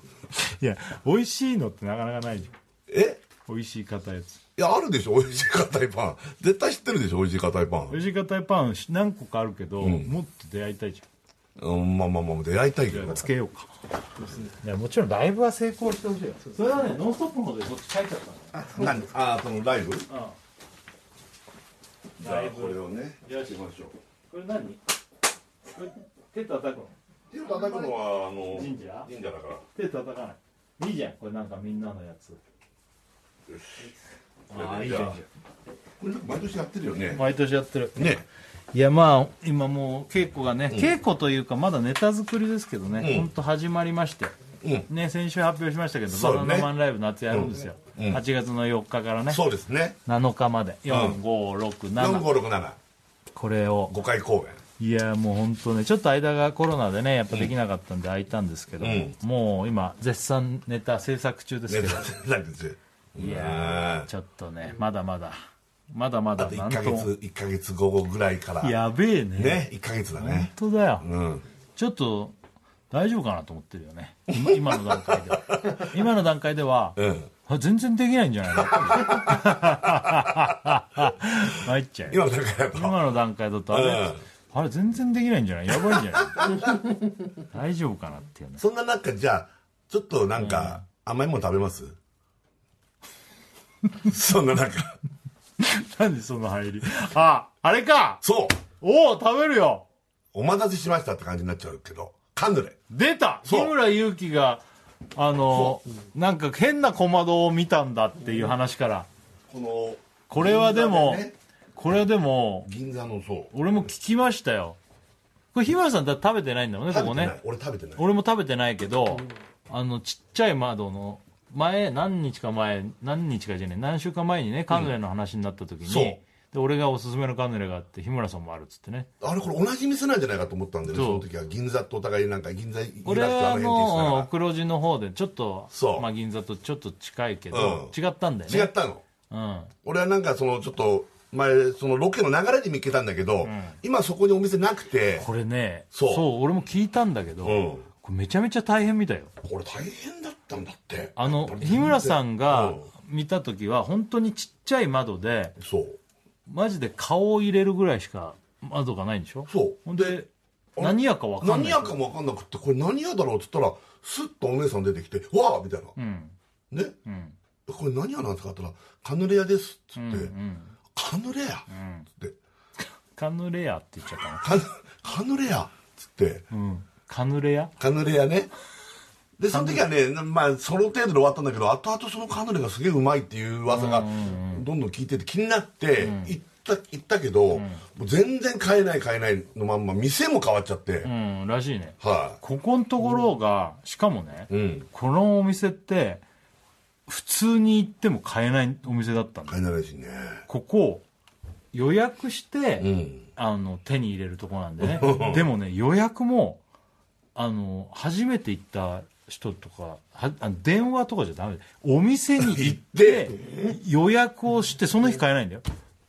A: いや美味しいのってなかなかないじ
B: え
A: ゃん美味しい硬いやつ
B: いやあるでしょ美味しい硬いパン絶対知ってるでしょ美味しい硬いパ
A: 美
B: ン、
A: 味しい硬いパン何個かあるけど、もっと出会いたいじ
B: うん、まあまあまあ出会いたいけ
A: ゃん
B: ど
A: つけようかいやもちろんライブは成功してほしいよそれはね「ノンストップ!」の方でこっち書いちゃった
B: 何ああそのライブ
A: のあ
B: じゃあこれをねやってみましょう
A: これ何これ手叩くの
B: 手を叩くのはあの
A: 神社
B: 神社だから
A: 手叩かないいいじゃんこれなんかみんなのやつああいいじゃんいいじ
B: これなんか毎年やってるよ
A: ゃん
B: ね
A: 毎年やってる
B: ね
A: いやまあ今もう稽古がね、稽古というかまだネタ作りですけどね、ほんと始まりまして
B: うん
A: ね先週発表しましたけど、
B: そう
A: バ
B: ね
A: ナナマンライブ夏やるんですよ、
B: うんうん
A: 8月の4日からね
B: そうですね
A: 7日まで
B: うん
A: 4567、
B: 4567
A: これを
B: 五回公演
A: いやもう本当ねちょっと間がコロナでねやっぱできなかったんで空いたんですけど、
B: うん
A: もう今絶賛ネタ制作中ですけ
B: ね (laughs)
A: ど、
B: なんです
A: いやーちょっとねまだまだまだま
B: あ
A: だ
B: と1
A: なん
B: か
A: と
B: 月一ヶ月後ぐらいから
A: やべえね
B: ね一1か月だ
A: 本
B: ね
A: 当だよ、
B: うん
A: ちょっと大丈夫かなと思ってるよね今の段階
B: (laughs)
A: では今の段階では、
B: うん
A: あ全然できないんじゃないの (laughs) 参っちゃうよ
B: 今だからやっぱ
A: 今の段階だとあれ、
B: うん
A: あれ全然できないんじゃないやばいんじゃない
B: (laughs)
A: 大丈夫かなっていうね
B: そんな中じゃあちょっとなんか甘いもの食べます (laughs) そんな中
A: 何その入りああれか
B: そう
A: おお食べるよ
B: お待たせしましたって感じになっちゃうけどカンヌレ
A: 出た
B: そう
A: 日村勇紀があのなんか変な小窓を見たんだっていう話から
B: この
A: これはでも
B: 銀座ね
A: これはでも
B: 銀座のそう
A: 俺も聞きましたよこれ日村さんだ食べてないんだもんねこ
B: 食べ
A: こ
B: てない
A: ね
B: 俺食べてない
A: 俺も食べてないけど、あのちっちゃい窓の前何日か前何日かじゃねえ何週間前にねカヌレの話になった時に、
B: そう
A: で俺がおすすめのカヌレがあって日村さんもあるっつってね
B: あれこれ同じ店なんじゃないかと思ったんだよね
A: そ
B: そうの時は銀座とお互いなんか銀座銀座
A: これはあ
B: って言ってた
A: の
B: か
A: 黒字の方でちょっと
B: そう
A: まあ、銀座とちょっと近いけど、
B: う
A: 違ったんだよ
B: ら違っ
A: ね
B: たの
A: うん
B: 俺はなんかそのちょっと前そのロケの流れで見つけたんだけど、今そこにお店なくて
A: これね
B: そう
A: 俺も聞いたんだけど、
B: うん
A: これめちゃめちゃ大変みたいよ
B: これ大変だったんだって
A: あ
B: やっ
A: の
B: ぱり
A: 日村さん
B: う
A: が
B: ん
A: 見た時は本当にちっちゃい窓で
B: そう
A: マジで顔を入れるぐらいしか窓がないんでしょ
B: そう
A: ほんで
B: あれ
A: 何屋か分かん
B: 何
A: ない
B: 屋かも分かんなくってこれ何屋だろうって言ったらスッとお姉さん出てきて「わあ!」みたいな
A: う、ん
B: ね
A: うん
B: これ何屋なんですかって言ったら「カヌレ屋です」っつって
A: うんう
B: 「
A: ん
B: カヌレ屋」っ
A: うん
B: つって
A: カヌレ屋って言っちゃったな
B: 「カヌカヌレ屋」っつって
A: うんカヌレ屋
B: カヌレ屋ねでその時はねまあその程度で終わったんだけど後々そのカヌレがすげえうまいっていう噂がどんどん聞いてて気になって行った行ったけど、もう全然買えない買えないのまんま店も変わっちゃって、
A: うんらしいね
B: は
A: ここのところがしかもね
B: い、うん、
A: このお店って普通に行っても買えないお店だったんだ
B: 買えないらしいね
A: ここ予約して、
B: うん
A: あの手に入れるとこなんでねでもね予約もあの初めて行った人とかはあの電話とかじゃダメでお店に行って予約をしてその日買えないんだよ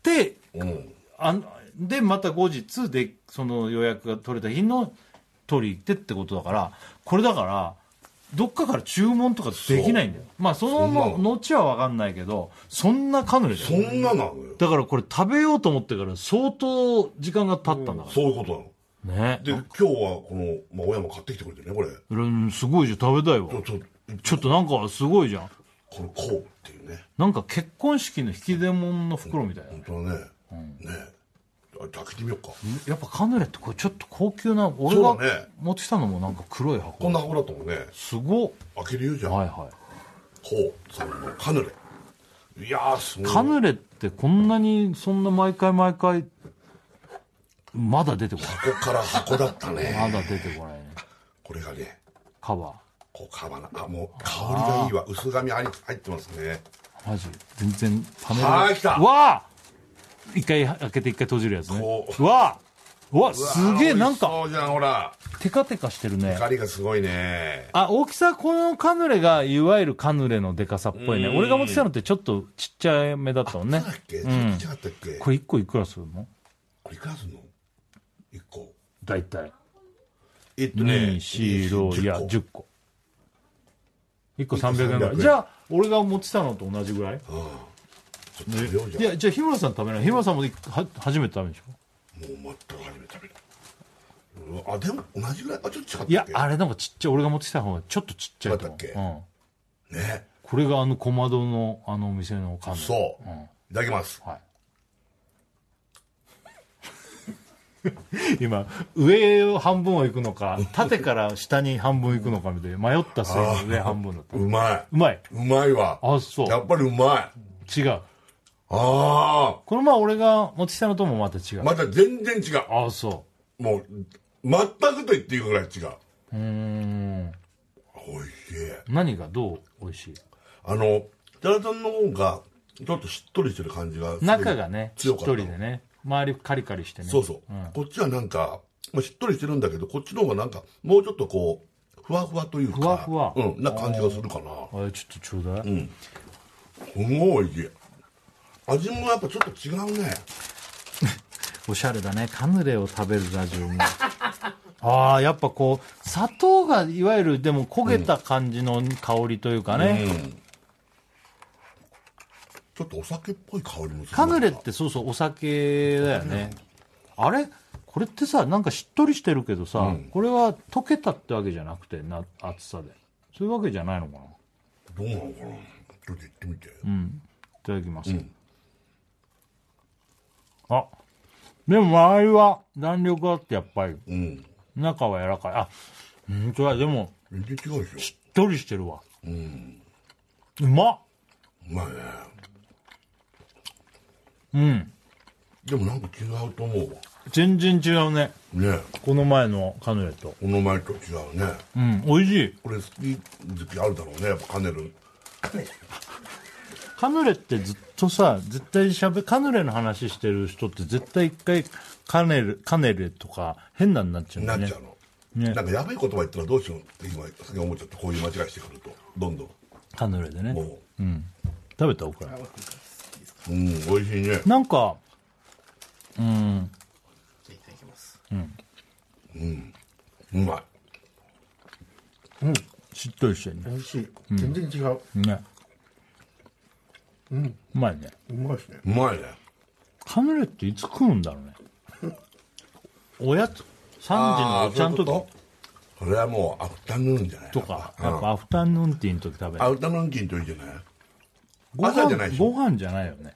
A: で
B: うん
A: あのでまた後日でその予約が取れた日の取り行ってってことだからこれだからどっかから注文とかできないんだよまあその
B: そんなの
A: 後は分かんないけどそんなカヌレだよ
B: そんななのよ
A: だからこれ食べようと思ってから相当時間が経ったんだか
B: そういうことなの
A: らね
B: で今日はこの、まあ、親も買ってきてくれてねこれち
A: うんすごいじゃん食べたいわ
B: ょちょ
A: ちょっとなんかすごいじゃん
B: このこうっていうね
A: なんか結婚式の引き出物の袋みたいな
B: 本当だね、ねあ開けてみようか
A: やっぱカヌレってこれちょっと高級な俺
B: そうだ
A: が
B: ね
A: 持ってきたのもなんか黒い
B: こ
A: 箱
B: んな箱だと思うね
A: すごっ
B: 開けるよじゃん、
A: はいは
B: こうさんのカヌレいやーすご
A: い
B: い
A: カヌレってこんなにそんな毎回毎回まだ出てこな
B: ここから箱だった
A: いま
B: ね
A: だ出てこないね
B: これがね
A: カバ
B: こうカバナあもう香りがいいわ薄紙入り入ってますね
A: ーマジ全然パネル
B: はーい来た
A: うわあ一回開けて一回閉じるやつね
B: こう
A: うわあうわすげ
B: う
A: え
B: わー
A: なんか
B: 美味しそうじゃんほら
A: テカテカしてるね
B: 光がすごいね
A: あ大きさこのカヌレがいわゆるカヌレのでかさっぽいね俺が持ってきたのってちょっとちっちゃめだったもんね
B: だっけちょっとちっちゃかったっけ、こ
A: これ1個いくらするの
B: れいくらすんの1個
A: 大体
B: えっとね
A: 246いや
B: 10
A: 10個1個300円
B: 1個
A: ぐら
B: 300
A: い
B: 円
A: じゃあ俺が持ってたのと同じぐらい
B: 個ちょっと食べようじゃん
A: いやじゃあ日村さん食べない日村さんもは初めて食べるでしょ
B: もう全く初めて食べたうわあでも同じぐらいあちょっと違ったっけ
A: いやあれなんかちっちゃい俺が持ってきた方がちょっとちっちゃいと思
B: そうだっ
A: う、
B: け
A: うん、
B: ね
A: これがあの小窓のあのお店のカヌレ
B: そう、いただきます
A: はい今上を半分を行くの
B: (laughs)
A: か縦から下に半分行くのかみたいな迷った末に上半分だった
B: う
A: う
B: まい
A: まいう
B: まいわ
A: あそう
B: やっぱりうまい
A: 違う
B: あ
A: この前俺が持ってきたのともまた違
B: あ
A: う、
B: また全然違う
A: ああそ
B: もう全くと言っていいぐらい違う
A: ううーん
B: 美味しい
A: 何がどう美味しい
B: あの寺田さんの方がちょっとしっとりしてる感じがすごい
A: 中がねし
B: 強
A: っ
B: かった
A: とりでね周りカリカリしてね
B: そうそう、こっちはなんか、まあ、しっとりしてるんだけどこっちの方がなんかもうちょっとこうふわふわというか
A: ふわふわ
B: うん、な感じがするかな
A: あちょっとちょうだい、
B: すごい美味しい味もやっぱちょっと違うね
A: おしゃれだねカヌレを食べるラ
B: (laughs)
A: ジオもああやっぱこう砂糖がいわゆるでも焦げた感じの香りというかね、
B: ちょっとお酒っぽい香りもする
A: カヌレってそうそうお酒だよね、あれこれってさなんかしっとりしてるけどさ、これは溶けたってわけじゃなくてな厚さでそういうわけじゃないのかな
B: どうなのかなちょっと言ってみて、
A: いただきます、あでも周りは弾力あってやっぱり、中は柔らかいあ本当だでも
B: 全然違うでし
A: しっとりしてるわうんうまっ
B: ょうまいねうんでもなんか違うと思うわ
A: 全然違うね
B: ね
A: この前のカヌレと
B: この前と違うね
A: うん美味しい
B: これ好き好きあるだろうねやっぱカネル
A: カヌレってずっとさ絶対しゃべカヌレの話してる人って絶対一回カネルカネレとか変なになっちゃうん
B: にな
A: だ
B: っ
A: ね
B: ちゃうの、
A: ね
B: なんかやべえ言葉言ったらどうしようって今先思っちゃってこういう間違いしてくるとどんどん
A: カヌレでね
B: も
A: 食べたオクラ
B: ううん美味しいね
A: なんか
D: じゃあいただきます。
B: うまい
A: しっとりしてるね
D: 美味しい。全然違う。
A: ねうんうまいね
D: うまいですね。
B: うまいね
A: カヌレっていつ食うんだろうね (laughs) おやつ3時のお
B: あーそう
A: 茶の時
B: いうことそれはもうアフタヌーンじゃない
A: と
B: や
A: か、や
B: っ
A: っ
B: ぱ
A: ぱアフタヌーンティーの時食べ
B: うん
A: る。
B: アフタヌーン金といいじゃない
A: ご
B: 朝じゃないで
A: 飯
B: しょ
A: ご飯じゃないよね。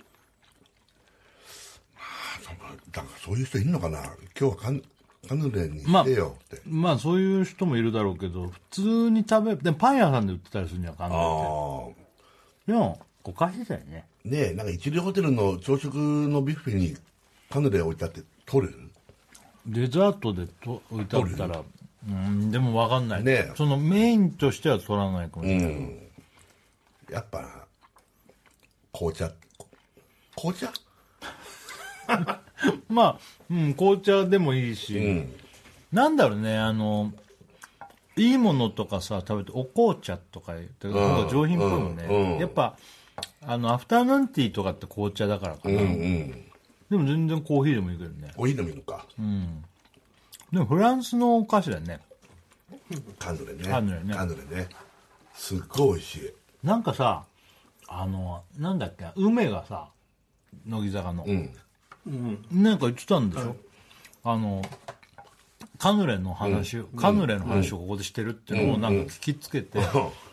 B: だからそういう人いるのかな今日はカヌカヌレに
A: ま
B: し
A: あ
B: てよって、
A: まあそういう人もいるだろうけど、普通に食べ、でもパン屋さんで売ってたりするにはかん
B: あ
A: ない。
B: あ
A: でも、お菓子だよね。
B: ねえなんか一流ホテルの朝食のビュッフェにカヌレ置いてあって取る
A: デザートでと置いてあったら、うん、でもわかんない。
B: ねえ
A: そのメインとしては取らないかもしれない。
B: やっぱ紅茶紅茶
A: まあ、うん、紅茶でもいいし、なんだろうね、あの、いいものとかさ、食べて、お紅茶とか言って、なんか上品っぽいもんね。やっぱ、あの、アフターヌーンティーとかって紅茶だからかな。
B: うんうん
A: でも全然コーヒーでもいいけどね。
B: お昼飲みのか、
A: でもフランスのお菓子だよね。
B: カヌレね
A: カヌレね
B: カヌレねすっごい美味しい
A: なんかさ、あの、なんだっけ、梅がさ、乃木坂の。なんか言ってたんでしょ、あの、カヌレの話を、カヌレの話をここでしてるっていうのをなんか聞きつけて、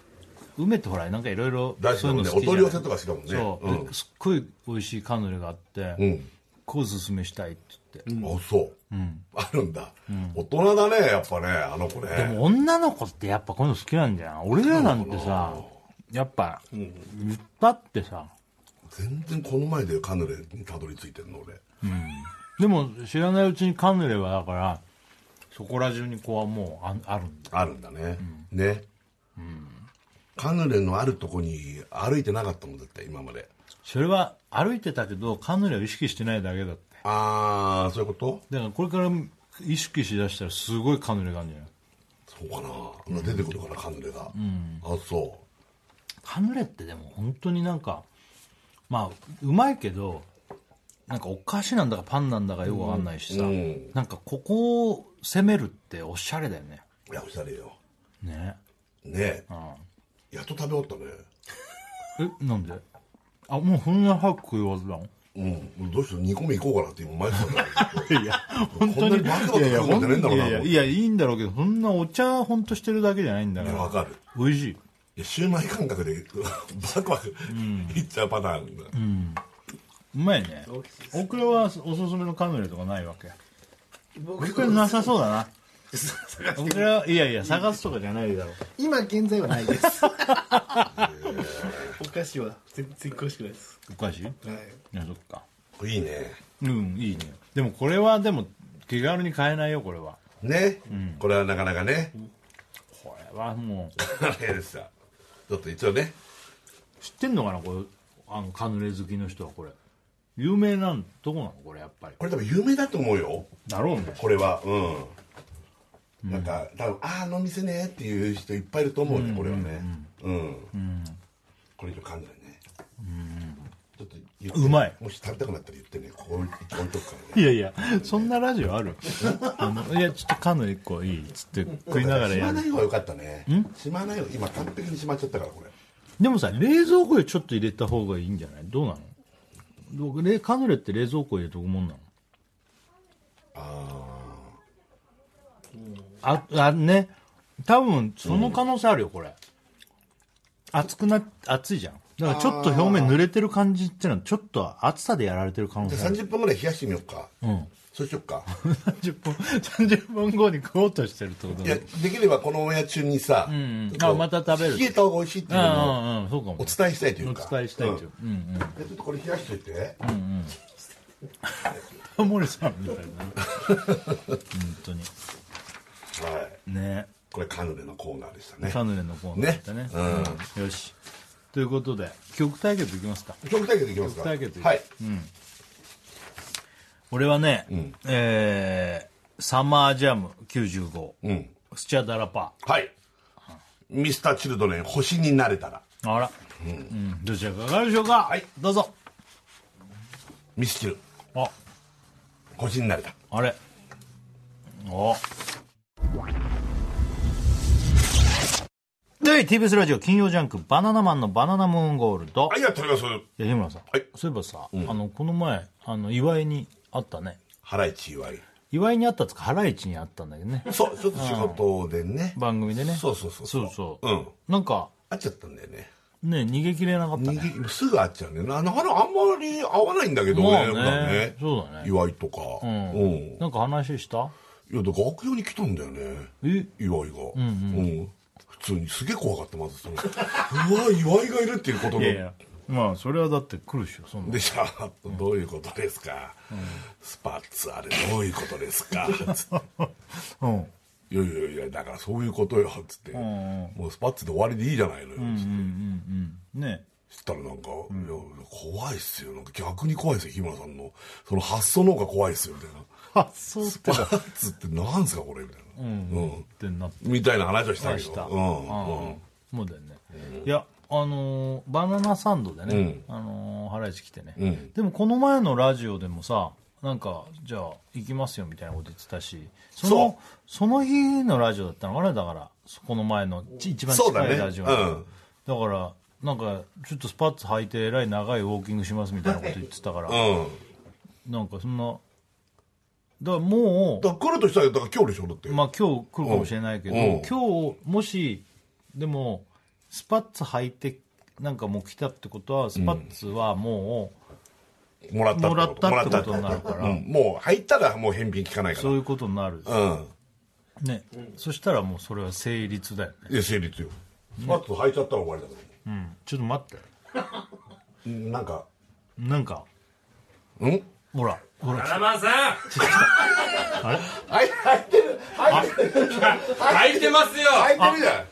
A: (laughs) 梅ってほらなんかいろいろ
B: 大好き
A: そ
B: だ
A: うい
B: も
A: うん
B: ね
A: の
B: お
A: 好きじゃ
B: 取
A: な
B: り
A: い
B: 寄せとかしてたもんね
A: そう、ですっごい美味しいカヌレがあって、
B: ん
A: こうおすすめしたいって言って、
B: あそう、 (laughs) あるんだ、大人だねやっぱねあの子ね
A: でも女の子ってやっぱこういうの好きなんじゃん俺らなんてさやっぱ言ったってさ
B: 全然この前でカヌレにたどり着いてんの俺
A: でも知らないうちにカヌレはだからそこら中にこうはもうああるんだ
B: あるんだね、ね、カヌレのあるとこに歩いてなかったもんだって今まで
A: それは歩いてたけどカヌレを意識してないだけだって
B: ああそういうこと
A: だからこれから意識しだしたらすごいカヌレがあるんじゃない
B: そうかな、出てくるかなカヌレが、あそ
A: カヌレってでも本当になんかまあうまいけどなんかお菓子なんだかパンなんだかよくわかんないしさ、
B: うん
A: なんかここを攻めるっておしゃれだよね
B: ういやおしゃれよ
A: ね
B: ね
A: うん
B: やっと食べ終わったね
A: えなんであもうそんな早く食い終わったの
B: うん、どうしよう2個目行こうかなって今迷ってたんだけど
A: (laughs) いや本
B: こんなにバクバク食うもんじゃねえんだろうな
A: やいやいやいいんだろうけどそんなお茶ほんとしてるだけじゃないんだか
B: いやわ
A: ら
B: かる
A: 美味しい
B: いやシューマイ感覚で (laughs) バクバクいっちゃうパターンだ、
A: うまいね大倉はおすすめのカヌレとかないわけ
D: 僕
A: 僕はなさそうだな
D: 探
A: 大
D: して
A: 倉はいやいや探すとかじゃないだろう
D: 今現在はないですお菓子は全然詳しくないです
A: おかしいい
D: はい
A: やそっか
B: いいね
A: うんいいねでもこれはでも気軽に買えないよこれは
B: ね、これはなかなかね、
A: これはも
B: (laughs)
A: う
B: あれでしたちょっと一応ね
A: 知ってんのかなこれあのカヌレ好きの人はこれ有名なんとこなのこれやっぱり
B: これ多分有名だと思うよ
A: だろうね
B: これはうん、なんか多分ああの店ねっていう人いっぱいいると思うね、これはねうん、これ以上噛んだらねちょっと言って
A: うまい
B: もし食べたくなったら言ってねここ置いとくから
A: い
B: ね
A: やいやそんなラジオあるあのいやちょっとカヌレ1個いいっつって食いながら
B: しま
A: や
B: ない
A: る
B: 方が良かったねしまない方今完璧にしまっちゃったからこれ
A: でもさ冷蔵庫でちょっと入れた方がいいんじゃないどうなのどうれカヌレって冷蔵庫入れとくもんなのああね多分その可能性あるよこれ、熱くな熱いじゃんだからちょっと表面濡れてる感じってのはちょっと暑さでやられてる可能
B: じゃ
A: 性
B: あ
A: ある
B: 30分ぐらい冷やしてみようか、
A: ん
B: そうしよっか
A: 30分30分後に食おうとしてるってこと
B: いや
A: ね
B: できればこのオンエア中にさ、
A: ん
B: ちょっと
A: あまた食べる
B: 冷えた方が美味しいっていうのを
A: ああうんうんそうかも
B: お伝えしたいというか
A: お伝えしたいという
B: うんでちょっとこれ冷やしといて、
A: タモリさんみたいな本当に
B: はい
A: ね
B: これカヌレのコーナーでしたね
A: カヌレのコーナーだったね
B: ね
A: うんよしということで曲対決いきますか
B: 曲対決いきますか
A: 曲対決いき
B: はい、
A: 俺はね、えーサマージャム95、
B: うん、
A: スチャダラパ
B: はいミスターチルドレン星になれたら
A: ーあら、うんどちらかかるでしょうか、
B: はい
A: どうぞ
B: ミスチル
A: あ
B: 星になれた
A: あれおで TBS ラジオ金曜ジャンク「バナナマンのバナナムーンゴールド」
B: あいや取ります
A: いや日村さん、
B: はい
A: そういえばさ、あのこの前あの岩井に会ったね
B: ハライチ祝い
A: 岩井に会ったっつうかハライチに会ったんだけど
B: (laughs)
A: ね
B: そうちょっと仕事でね
A: 番組でね
B: そうそうそう
A: そうそう、
B: うん
A: なんか
B: 会っちゃったんだよね
A: ね逃げきれなかったね
B: 逃げすぐ会っちゃうねななかなかあんまり会わないんだけどね,、
A: まあね
B: 普段
A: そうだね
B: 祝いとかうんい
A: なんか話した
B: やだから楽屋に来たんだよね
A: え
B: 岩井が、うん普通にすげえ怖かったまずそのうわ岩井がいるっていうことの
A: いやいやまあそれはだって来るっしょそんな
B: でしゃどういうことですか、スパッツあれどういうことですかつって
A: うん
B: いやいやいやだからそういうことよつって、もうスパッツで終わりでいいじゃないのよ、つって
A: ね
B: そしたらなんか、いや怖いっすよなんか逆に怖いっすよ日村さんのその発想の方が怖いっすよみたいな
A: あそうっ
B: スパッツってなんすかこれみたいな、うん
A: てなって
B: みたいな話をした
A: ま
B: け
A: した
B: ど、うんうん
A: そうだよね、いやあのーバナナサンドでね、あのーハライチ来てね、でもこの前のラジオでもさなんかじゃあ行きますよみたいなこと言ってたしそのその日のラジオだったのかなだからこの前のち一番
B: そうだ
A: 近
B: ね
A: いラジオ
B: う
A: だ,、
B: ん
A: からなんかちょっとスパッツ履いてえらい長いウォーキングしますみたいなこと言ってたから、
B: うん
A: なんかそんなだからも
B: だから来るとしたらだから今日でしょだって、
A: う、まあ、今日来るかもしれないけど、
B: うんうん
A: 今日もしでもスパッツ履いてなんかもう来たってことはスパッツはも
E: もらった
A: もらったってこと
E: も
A: になるから
E: うんもう入ったらもう返品効かないうか
A: そ
E: ら
A: ういうことになる、
E: うん
A: ねそしたらもうそれは成立だよね
E: いや成立よ
B: スパッと履いちゃったら終わりだか
A: うんちょっと待って
B: らうんなんか
A: なんか
E: うん
A: ほらほら
C: 七万さん
B: はい履いてる履いてる
C: 入ってますよ
B: 履いてるじゃん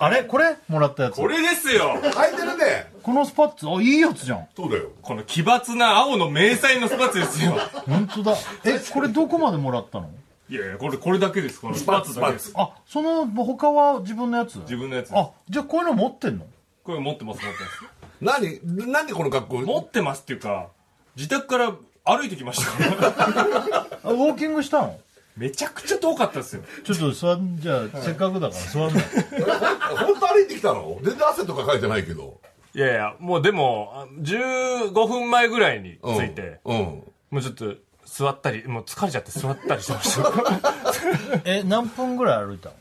A: あれこれもらったやつ
C: こ
A: こ
C: れですよ
B: 履いてるね
A: のスパッツあいいやつじゃん
B: そうだよ
C: この奇抜な青の迷彩のスパッツですよ
A: 本当だえこれどこまでもらったの
C: いやいやこれこれだけですこのスパッツだけです
A: あその他は自分のやつ
C: 自分のやつです
A: あじゃあこういうの持ってんの
C: これ持ってます持ってます
E: 何何でこの格好
C: 持ってますっていうか自宅から歩いてきました (laughs)
A: あウォーキングしたの
C: めちゃくちゃ遠かったですよ
A: ちょっと座んじゃあせっかくだから座んない
B: 本当歩いてきたの全然汗とかかいてないけど
C: いやいやもうでもあ15分前ぐらいに着いて、
E: うん
C: もうちょっと座ったりもう疲れちゃって座ったりしてました (laughs)
A: え何分ぐらい歩いたの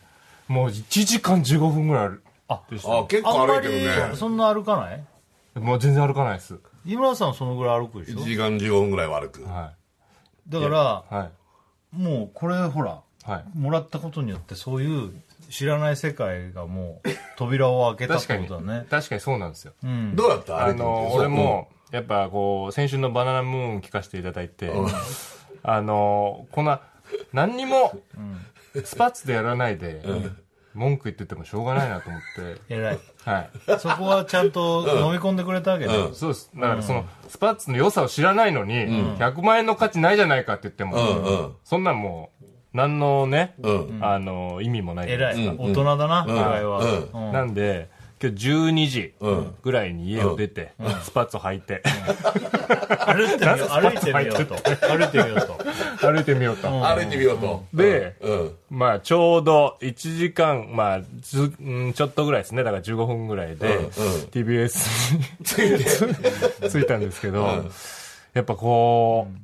C: もう1時間15分ぐらいあるあ
E: あ結
A: あ
E: 構
A: んま
E: 歩い
A: り
E: てるね
A: そんな歩かない
C: もう全然歩かないです
A: 井村さんはそのぐらい歩くでし
E: 1
A: ょ
E: 時間15分ぐらいは歩く
C: は
A: だから
C: いはい
A: もうこれほら
C: はい
A: もらったことによってそういう知らない世界がもう扉を開けたっ
C: 確か
A: て
C: に
A: ことだね
C: 確かにそうなんですよ
A: うん
B: どうだった
C: あ
B: 歩いてみて
C: の俺もやっぱこう先週の「バナナムーン」聞かせていただいてあのこんな何にもスパッツでやらないで文句言っててもしょうがないなと思って
A: 偉い
C: はい
A: そこはちゃんと飲み込んでくれたわけだよ
C: そうですだからそのスパッツの良さを知らないのに100万円の価値ないじゃないかって言って
E: うんう
C: も
E: ん
C: そんなんもう何のね
E: うん
C: あの意味もないじゃな
A: 偉
C: いです
A: い
C: か
A: 大人だなぐらいはうん
C: なんで今日12時
E: うん
C: ぐらいに家を出てスパッツを履いて
A: 歩いてみよう歩いてみようと歩いてみようと
C: 歩いてみようと
E: 歩いてみようと
C: で
E: うん
C: まあ、ちょうど1時間、まあ、ず、うん、ちょっとぐらいですね。だから15分ぐらいで、
E: うんうん
C: TBS につ着いたんですけど、やっぱこう、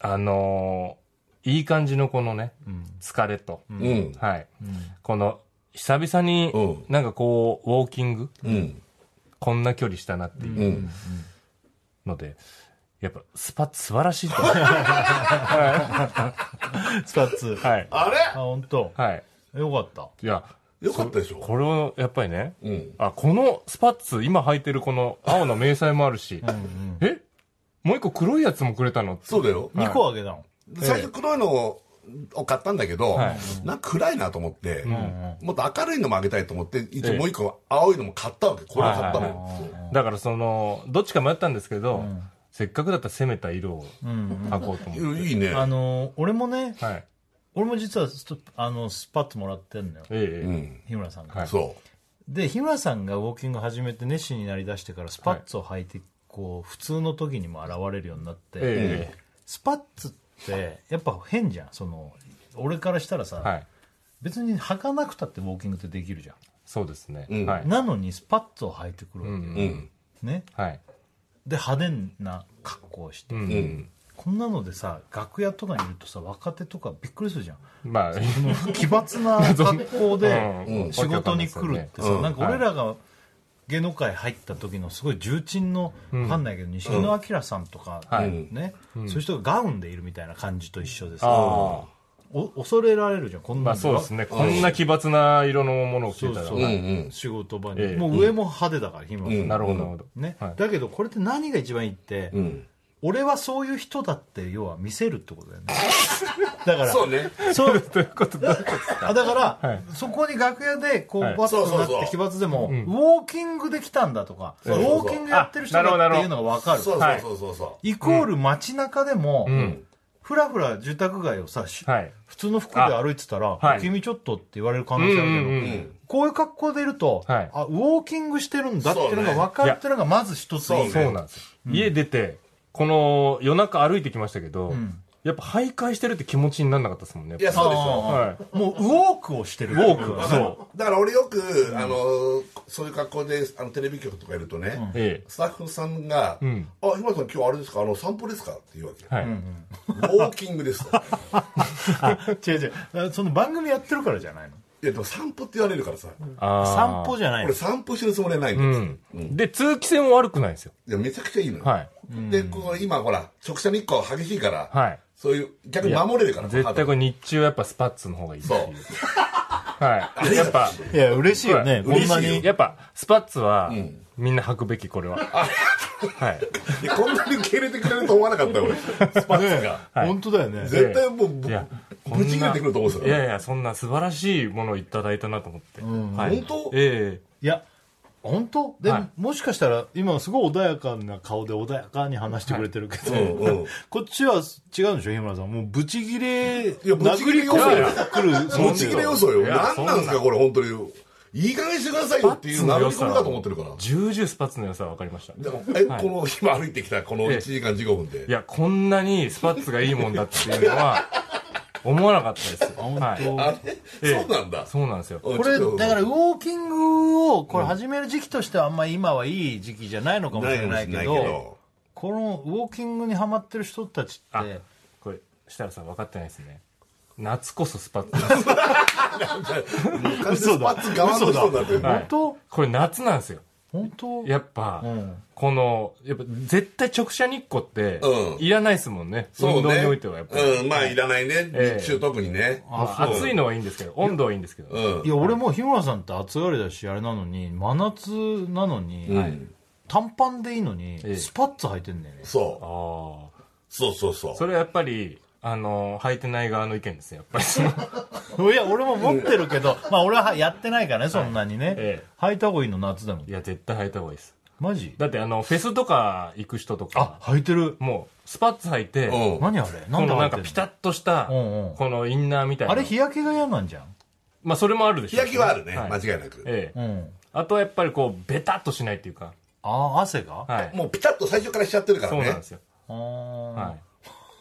C: あのーいい感じのこのね、疲れと、
E: うん
C: はい、 (laughs) この、久々に
E: うん
C: なんかこう、ウォーキング、
E: うん
C: こんな距離したなっていう
E: うん
C: ので、やっぱ、スパッツ素晴らしい
E: (laughs)
C: と。
A: スパッツあ
C: はい。
E: あれ
A: 本当。
C: はい。
A: よかった
C: いや、
B: よかったでしょ
C: これを、やっぱりね、
E: うん
C: あ、このスパッツ、今履いてるこの青の迷彩もあるし、えもう一個黒いやつもくれたの
E: そうだよ
A: 2個あげたの
E: 最初黒いのをを買ったんだけど、
C: はい
E: なんか暗いなと思って、もっと明るいのもあげたいと思って一応
C: ええ
E: もう一個青いのも買ったわけこれを買ったのよ、
C: はいだからその、どっちか迷ったんですけど、せっかくだったら攻めた色を履こうと思って。
E: いやいいね
A: あのー俺もね
C: はい。
A: 俺も実はストあのスパッツもらってんのよ
C: ええ
E: う
C: え
E: ん
A: 日村さんが
C: はい
E: そ
A: で日村さんがウォーキング始めて熱心になりだしてからスパッツを履いてこう普通の時にも現れるようになって、
C: えええ
A: スパッツってやっぱ変じゃんその俺からしたらさ、
C: えはい。
A: 別に履かなくたってウォーキングってできるじゃん、
C: そうですね。
E: ん
C: はい。
A: なのにスパッツを履いてくるわけよ、
E: ううん
A: ね
C: はい。
A: で派手な格好をして、
C: うん。
E: うん
A: こんなのでさ楽屋とかにいるとさ若手とかびっくりするじゃん
C: まあ、
A: 奇抜
C: (laughs)
A: な格好
C: う
A: で
C: ん
A: 仕事に来るってさ、
E: うん
A: なんか俺らが芸能界入った時のすごい重鎮の、わかんないけど西野明さんとか、
C: はい
A: ねそういう人がガウンでいるみたいな感じと一緒でさ
C: ああ。
A: お恐れられるじゃんこんな
C: まあ
A: の
C: そうですね。こんな奇抜な色のものを着
A: そ
C: て
A: う
C: たら。
A: そう、
E: んうん
A: 仕事場に、
C: ええ
A: もう上も派手だから日村さん、
C: なるほど、なるほど。
A: ね
C: はい
A: だけどこれって何が一番いいって、
E: うん
A: 俺はそういう人だって要は見せるってことだよねだから
E: そうね
C: (laughs)
A: そう
C: ということで、
A: あだから、
C: はい
A: そこに楽屋でこう、
C: はい
A: バッとなっ
E: そうそうそう
A: て奇抜でも、
C: ん
A: ウォーキングできたんだとか、
E: うそうそう
A: ウォーキングやってる人
C: あ
A: だ
C: な
A: っ
C: る
A: て
C: ほ
A: いう
C: ど
A: のがわかる
E: そうそうそうそうそ
A: イコール街中でも、
C: うん。
A: ふらふら住宅街をさ、し
C: はい。
A: 普通の服で歩いてたら、
C: はい
A: 君ちょっとって言われる可
C: う
A: 能
C: んう
A: 性あるけど、
C: んう。
E: う、うんん、
A: こういう格好でいると、
C: はい
A: あウォーキングしてるんだっていうのが分かるっていうのがまず一ついいね
C: そうなんですよ、家出てこの夜中歩いてきましたけど、
A: ん
C: やっぱ徘徊してるって気持ちにならなかったですもんね
E: いやそうでしょ
A: あ
C: は
A: ーもうウォークをしてる
C: いウォークそう
E: だから俺よく、あのそういう格好であのテレビ局とかいるとね、
C: ええ
E: スタッフさんが「
C: ん
E: あ日村さん今日あれですかあの散歩ですか?」って言うわけ
C: は
E: 「
C: い、
E: ウォーキングです」と
A: (laughs) 違う違うその番組やってるからじゃないの
B: やでも散歩って言われるからさ
A: 散歩じゃない
B: 俺
A: の
B: 散歩してるつもりはないんだよ、
C: うん。で、通気性も悪くないんですよ。
B: いやめちゃくちゃいいのよ、
C: はい。
B: でここ今ほら直射日光激しいから、
C: はい。
B: そういう逆に守れるから
C: 絶対こ
B: れ
C: れ日中はやっぱスパッツの方がいいってい
B: そう
C: う。はい。やっぱ、
A: いや、嬉しいよね。
C: こ
A: こんな
B: 嬉しい
A: に
B: よ。
C: やっぱ、スパッツは
B: ん、
C: みんな履くべき、これは。はい。
B: いやこんなに受け入れてくれると思わなかったよ
C: (laughs)
B: 俺スパッツが
C: はい
A: 本当だよね。
B: 絶対もうぶ
C: いや、こん
B: ぶ
C: な
B: ち切れてくると思うんです
C: い
B: よ
C: やいや、そんな素晴らしいものをいただいたなと思って。は
B: 本
C: い
B: 当
C: え
A: いや、本当で、
C: はい
A: もしかしたら、今すごい穏やかな顔で穏やかに話してくれてるけど、
B: うんうん
A: (laughs) こっちは違うんでしょ、日村さん。もうブチギレ、い
B: やブチギレよ
A: くる、
B: 持ち切れよそよ
C: いや
B: 何なんですかこれ本当にいい加減してくださいよっていうなる
C: スパ
B: 込
C: ッツの良さ
B: みだと思ってるから
C: え、重々スパッツの良さは分かりました。
B: でもえ、この今歩いてきたこの
C: ええ
B: 1時間15分で
C: いや、こんなにスパッツがいいもんだっていうのは、思わなかったです。はい。
B: あれ、
C: ええ
B: そうなんだ
C: そうなんですよ。
B: こ
A: これ、だからウォーキングを、これ始める時期としてはあんまり今はいい時期じゃないのかもしれないけど、このウォーキングにハマってる人たちっ
C: あ
A: て、
C: これ、設楽さん分かってないですね。夏こそスパッツ。
B: 嘘だスパッツ側の人になってる
C: はい
A: 本当
C: これ夏なんですよ。
A: 本当
C: やっぱ、
A: ん
C: この、やっぱ絶対直射日光って
B: う、ん
C: いらないですもんね。
B: そうね
C: 運動においてはやっぱり。
B: うんまあいらないね
C: ええ
B: 日中特にね
C: まあ暑いのはいいんですけど、温度はいいんですけど。
B: うん
A: いや、俺も日村さんって暑がりだし、あれなのに、真夏なのに、短パンでいいのに、
C: ええ
A: スパッツ履いてんだよね。 (laughs)
B: そう
C: ああ。
B: そうそうそう
C: それはやっぱり、あの、履いてない側の意見ですね、やっぱりその。
A: いや、俺も持ってるけ (laughs) ど、まあ俺はやってないからね、そんなにね。
C: え
A: 履いた方がいいの、夏だもん
C: い。や、絶対履いた方がいいです。
A: マジ
C: だって、あの、フェスとか行く人と
A: あ
C: か、、
A: 履いてる。
C: もう、スパッツ履いて、
B: う
C: こ
B: ん
A: 何あれなんだ履
C: のない
A: て
C: んか
A: んの
C: ピタッとした、
A: うんうん
C: このインナーみたいな。
A: あれ日焼けが嫌なんじゃん。
C: まあ、それもあるでしょ
B: 日焼け
C: うね。
B: はあるね、
C: はい
B: 間違いなく、
C: ええ。
A: うん。
C: あとはやっぱりこう、ベタっとしないっていうか、
A: ああ、汗が
C: はい。
B: もうピタッと最初からしちゃってるから
C: そうなん
B: ね
C: ですよ。
A: あ
C: は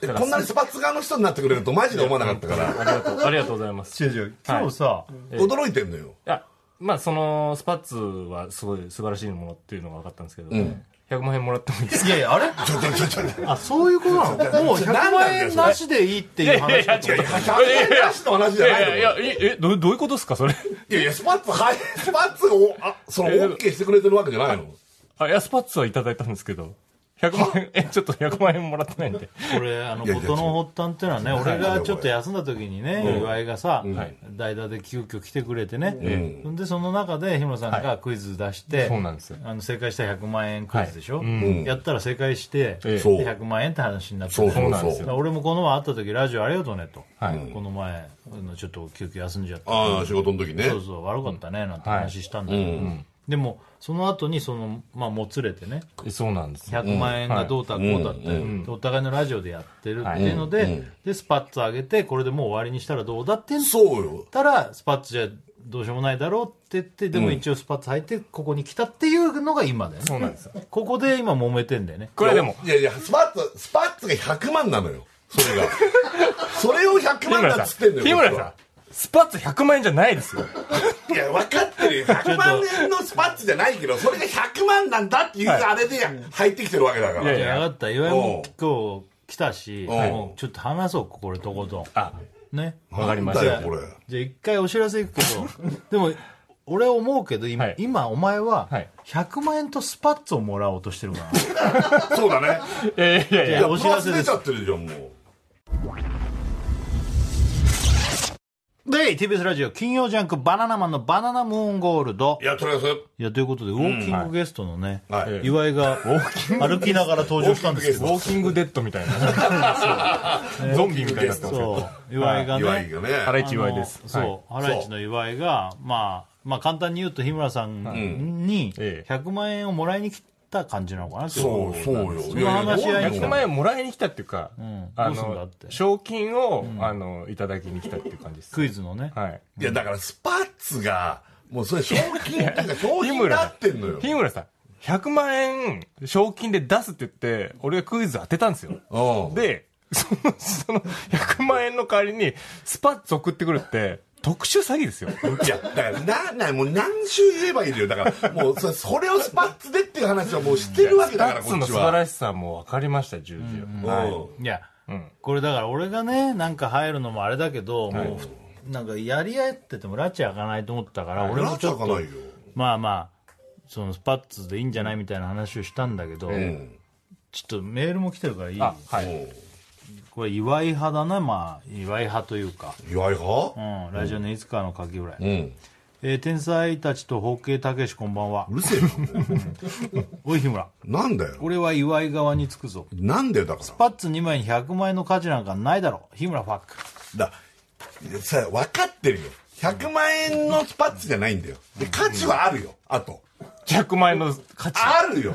A: ー
C: い。
B: でこんなにスパッツ側の人になってくれるとマジで思わなかったか
C: あ
B: ら
C: りがとう、ありがとうございます。
A: 違う違う。今日さ、
C: ええ
B: 驚いてんのよ
C: いや、まあ、その、スパッツはすごい素晴らしいものっていうのが分かったんですけど、
B: ん
C: 100万円もらってもいいですか
A: いやいや、あれ
B: ちょちょちょちょい
A: あ、そういうことなのもう100万円なしでいいっていう話。
C: や、いや、いや、
B: 100円なしの話
C: い
B: じゃないの
C: や、いや、え、どうどういうことですか、それ。
B: いやいやスパッツはいスパッツをあその OK してくれてるわけじゃないの
C: あ、いや、スパッツはいただいたんですけど、100万円、え、ちょっと100万円もらってないんで。
A: これあの
B: いやいや
A: 事の発端っていうのはね俺
B: はい
A: がちょっと休んだ時にね岩井がさ代打で急遽来てくれてねそんでその中で日村さんがクイズ出して
C: そうなんですよ
A: あの正解したら100万円クイズでしょ
B: ん
A: やったら正解して
C: ええ
A: で
B: そう
A: 100万円って話になって
B: そう
C: そ
B: そうう
C: なん
B: そ
C: で
B: う
C: すよ
A: 俺もこの前会った時ラジオありがとうねと
C: はい
A: この前あのちょっと急遽休んじゃって
B: ああ仕事の時ね
A: そうそう悪かったねなんて話したんだけどでもその後にそのまあもつれてね
C: えそうなんですよ。
A: 100万円がどうたこうたって、でお互いのラジオでやってるっていうので、でスパッツ上げてこれでもう終わりにしたらどうだって言っ
B: そうよ
A: たらスパッツじゃどうしようもないだろうって言ってでも一応スパッツ履いてここに来たっていうのが今だよね
C: そうなんですよ。
A: ここで今揉めてんだよね
C: これでも、
B: いやいやスパッツスパッツが100万なのよそれがそれを100
C: 日
B: 万だ
C: 村
B: っつっ
C: さ
B: てん
C: ん、
B: のよ
C: 日村
B: 僕
C: さん
B: は、
C: スパッツ100万円じゃないですよ。
B: いや分かってるよ100万円のスパッツじゃないけどそれが100万なんだっていうあれで入ってきてるわけだから、
C: いやい
A: い
C: や
A: や分かった岩井も今日来たし
B: ん
A: もうちょっと話そうこれとこと
C: あ、
A: んね
C: わかりま
B: だ
C: し
B: よ
C: た。
B: これ
A: じゃあ一回お知らせいくけど (laughs) でも俺は思うけど今,、
C: はい
A: 今お前は
C: はい
A: 100万円とスパッツをもらおうとしてるから
B: そうだね
C: いやいやい
A: い
C: や、
A: や
B: お
A: お
B: 知
A: 知
B: ら
A: ら
B: せ
A: せ
B: 出
A: で
B: ち
A: す
B: ゃってるじゃんもう
A: で、TBS ラジオ金曜ジャンクバナナマンのバナナムーンゴールド。
B: いやとりあえず
A: いや、ということで、ウォーキングゲストのね、
B: はい
C: ええ
A: 岩井が歩きながら登場したんですけ
C: ウ
A: ど、
C: ォーキングデッドみたいな。そうゾンビみたいになってますよ。
A: そう、岩井がね、
B: 岩井がね
C: ハライ
A: あの
C: チ祝いです。はい
A: そう、ハライチの岩井が、まあ、まあ簡単に言うと日村さんに
C: ええ
A: 100万円をもらいに来た感じなのかなってい
B: そうそうよ
A: の話し合いに
C: 100万円もらいに来たっていうか、あ
A: どうすんだっ
C: の
A: て、
C: 賞金を、あの、いただきに来たっていう感じです。
A: クイズのね、
C: はい。
B: いやだからスパッツがもうそれ賞金っていうか賞
C: 日
B: 品に
C: 村
B: な
C: さ
B: ってんのよ
C: ん、 (laughs) 日村さん、100万円賞金で出すって言って、俺がクイズ当てたんですよ。
B: うん
C: で、その、その、100万円の代わりに、スパッツ送ってくるって、特殊詐欺ですよ。
B: いやだからななもう何周言えばいいんだよだからもうそれそれをスパッツでっていう話はもうしてるわけ
C: ス
B: だ
C: パ
B: から
C: ッ
B: こ
C: ツ
B: っ
C: の
B: ち
C: 素晴
B: は
C: らしさも分かりました、十分。
B: うん
A: いや、
C: うん
A: これだから俺がねなんか入るのもあれだけど、もうふなんかやり合ってても拉致開かないと思ったから俺も
B: ラ
A: ち
B: チ
A: ょ
B: ャ
A: っ
B: か
A: と
B: ないよ
A: まあまあそのスパッツでいいんじゃないみたいな話をしたんだけど、
B: うん
A: ちょっとメールも来てるからいい
C: あはい
B: うん
A: これ祝い派だなまあ祝い派というか、
B: 岩井
A: う
B: 派
A: ん、ラジオのいつかのかきぐらい、
B: うん
A: えー天才たちと包茎たけしこんばんは
B: うるせえ
A: おい日村
B: ななんだよ
A: 俺は祝い側につくぞ
B: なんだよだか
A: パッツ2枚に100万円の価値なんかないだろ日村ファック
B: らださ分かってるよ100万円のスパッツじゃないんだよで価値はあるよあと
C: 100万円の価値
B: あるよ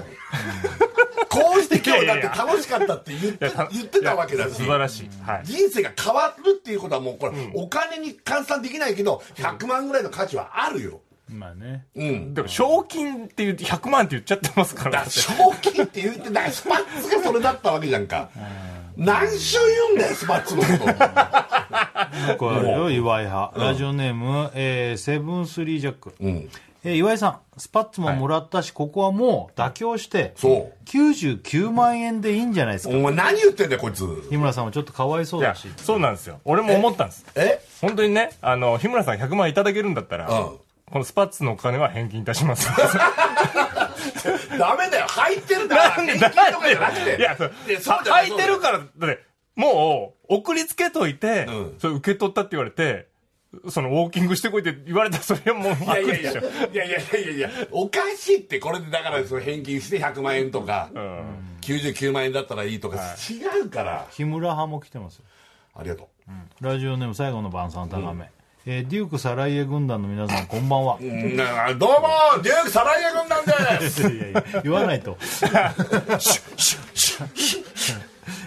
B: こうして今日だって
C: いやいや
B: 楽しかったって言って (laughs) 言ってたわけだし
C: 素晴らしい、はい、
B: 人生が変わるっていうことはもうこれ、お金に換算できないけど100万ぐらいの価値はあるよ
A: まあね
B: うん
C: でも賞金って言って100万って言っちゃってますから
B: だ (laughs) 賞金って言ってだからスパッツがそれだったわけじゃんか何週言うんだよスパッツの
C: (laughs)
B: こと
A: これあるよ岩井派ラジオネーム、えーセブンスリージャック、
B: うん
A: えー岩井さんスパッツももらったし、ここはもう妥協して
B: そう
A: 99万円でいいんじゃないですか
B: お前何言ってんだよこいつ
A: 日村さんもちょっとかわいそう
C: いや
A: だし
C: そうなんですよ俺も思ったんです
B: え
C: 本当にねあの日村さん100万いただけるんだったら、
B: うん
C: このスパッツのお金は返金いたします
B: (laughs) ダメだよ入ってるから返金とかじゃなくて
C: いやそう
B: そうじゃない
C: 履いてるからだってもう送りつけといて、
B: うん
C: それ受け取ったって言われてそのウォーキングしてこいって言われたらそれはもう
B: いや
C: 悪
B: いやい
C: で
B: や
C: しょ
B: いやいやいやいやおかしいってこれでだからその返金して100万円とか、99万円だったらいいとか、違うから
A: 日村派も来てますよ
B: ありがと
A: ラジオネーム最後の晩餐高め、えーデュークサライエ軍団の皆さんこんばんは
B: う、うんだからどうもデュークサライエ軍団です
A: 言わ
B: (laughs)
A: ないと、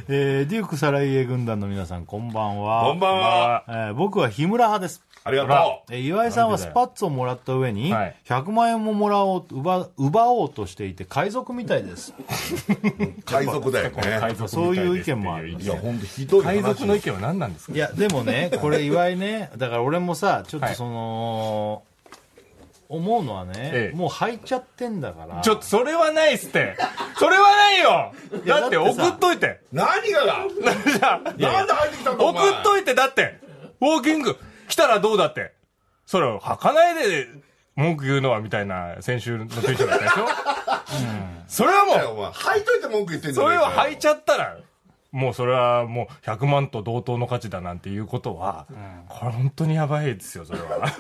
A: えーデュークサライエ軍団の皆さんこんばんは
B: こんばんは
A: えー僕は日村派です
B: ありがと
A: えー岩井さんはスパッツをもらった上に
C: はい
A: 100万円ももらおう奪奪おうとしていて海賊みたいです (laughs)
B: う海賊だよね
A: そういう意見もある
B: いや本当ひどい話
C: 海賊の意見は何なんですか
A: いやでもねこれ岩井ねだから俺もさちょっとその、思うのはね、
C: ええ
A: もう履いちゃってんだから
C: ちょっとそれはないっすってそれはないよ
A: いや
C: だって
A: だってさ
C: 送っといて
B: 何がだ
C: じゃあ
B: なんで入ってきたんだお
C: 送
B: 前
C: っといてだってウォーキング来たらどうだってそれを履かないで文句言うのはみたいな先週のツイートだったでしょ、それは
B: だよ
C: もう
B: お前履いといて文句言ってんじゃ
C: そ
B: ね
C: れ
B: え
C: を
B: か
C: 履いちゃったらもうそれはもう100万と同等の価値だなんていうことは、これ本当にやばいですよそれは
B: よ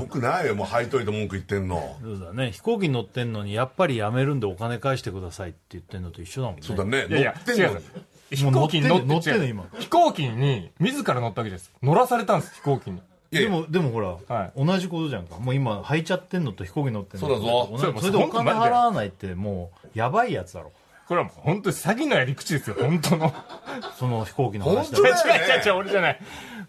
B: よくないよもう履いといて文句言ってんの
A: そうだね飛行機に乗ってんのにやっぱりやめるんでお金返してくださいって言ってんのと一緒だもんね
B: そうだね
C: いやいや
B: 乗ってんのに
C: 飛行機に乗って
A: 乗ってんの
C: 違う
A: 今
C: 飛行機に自ら乗ったわけです乗らされたんです飛行機に
B: いやい
A: で
B: や
A: もでもほら、
C: は
A: 同じことじゃんかもう今履いちゃってんのと飛行機乗ってんの
B: そうだぞ
A: 同じそれでお金払わないってもうやばいやつだろ
C: これはもう本当に詐欺のやり口ですよ本当の
A: その飛行機の話だ
B: 本
C: 違う
A: ろ
B: 当
C: 違う違う違う俺じゃない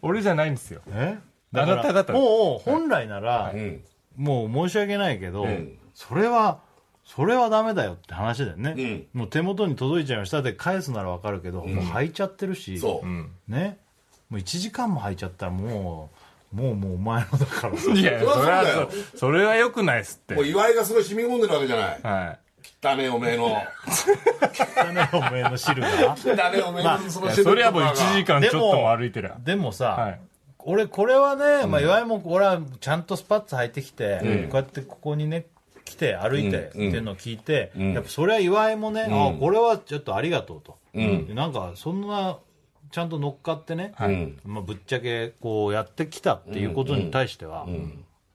C: 俺じゃないんですよ
A: え
C: あなた方
A: もう本来なら、
B: ん
A: もう申し訳ないけど、それはそれはダメだよって話だよね、もう手元に届いちゃいましたで返すならわかるけど、もう履いちゃってるし
B: そう、
A: ねもう1時間も履いちゃったらもうもうもうお前のだからさ
C: いや、
B: そり
C: そ
B: ゃ
C: れ
B: そうだよ
C: は、そそれは良くないっすって
B: もう。岩井がすごい染み込んでるわけじゃない
C: は
B: 汚ねえおめえの
A: だねお前の汁が
B: 汚ねえおめえのそ
C: い。い
B: の
C: や
B: 汁
C: そ
B: と
C: れ
B: か
C: はもう1時間ちょっとも歩いてりゃ。
A: でもさ、
C: はい
A: 俺これはね、まあ、岩井も俺はちゃんとスパッツ履いてきて、こうやってここにね来て歩いてっていうのを聞いて、やっぱそれは岩井もね、あこれはちょっとありがとうと、なんかそんなちゃんと乗っかってね、
B: ん
A: まあ、ぶっちゃけこうやってきたっていうことに対しては、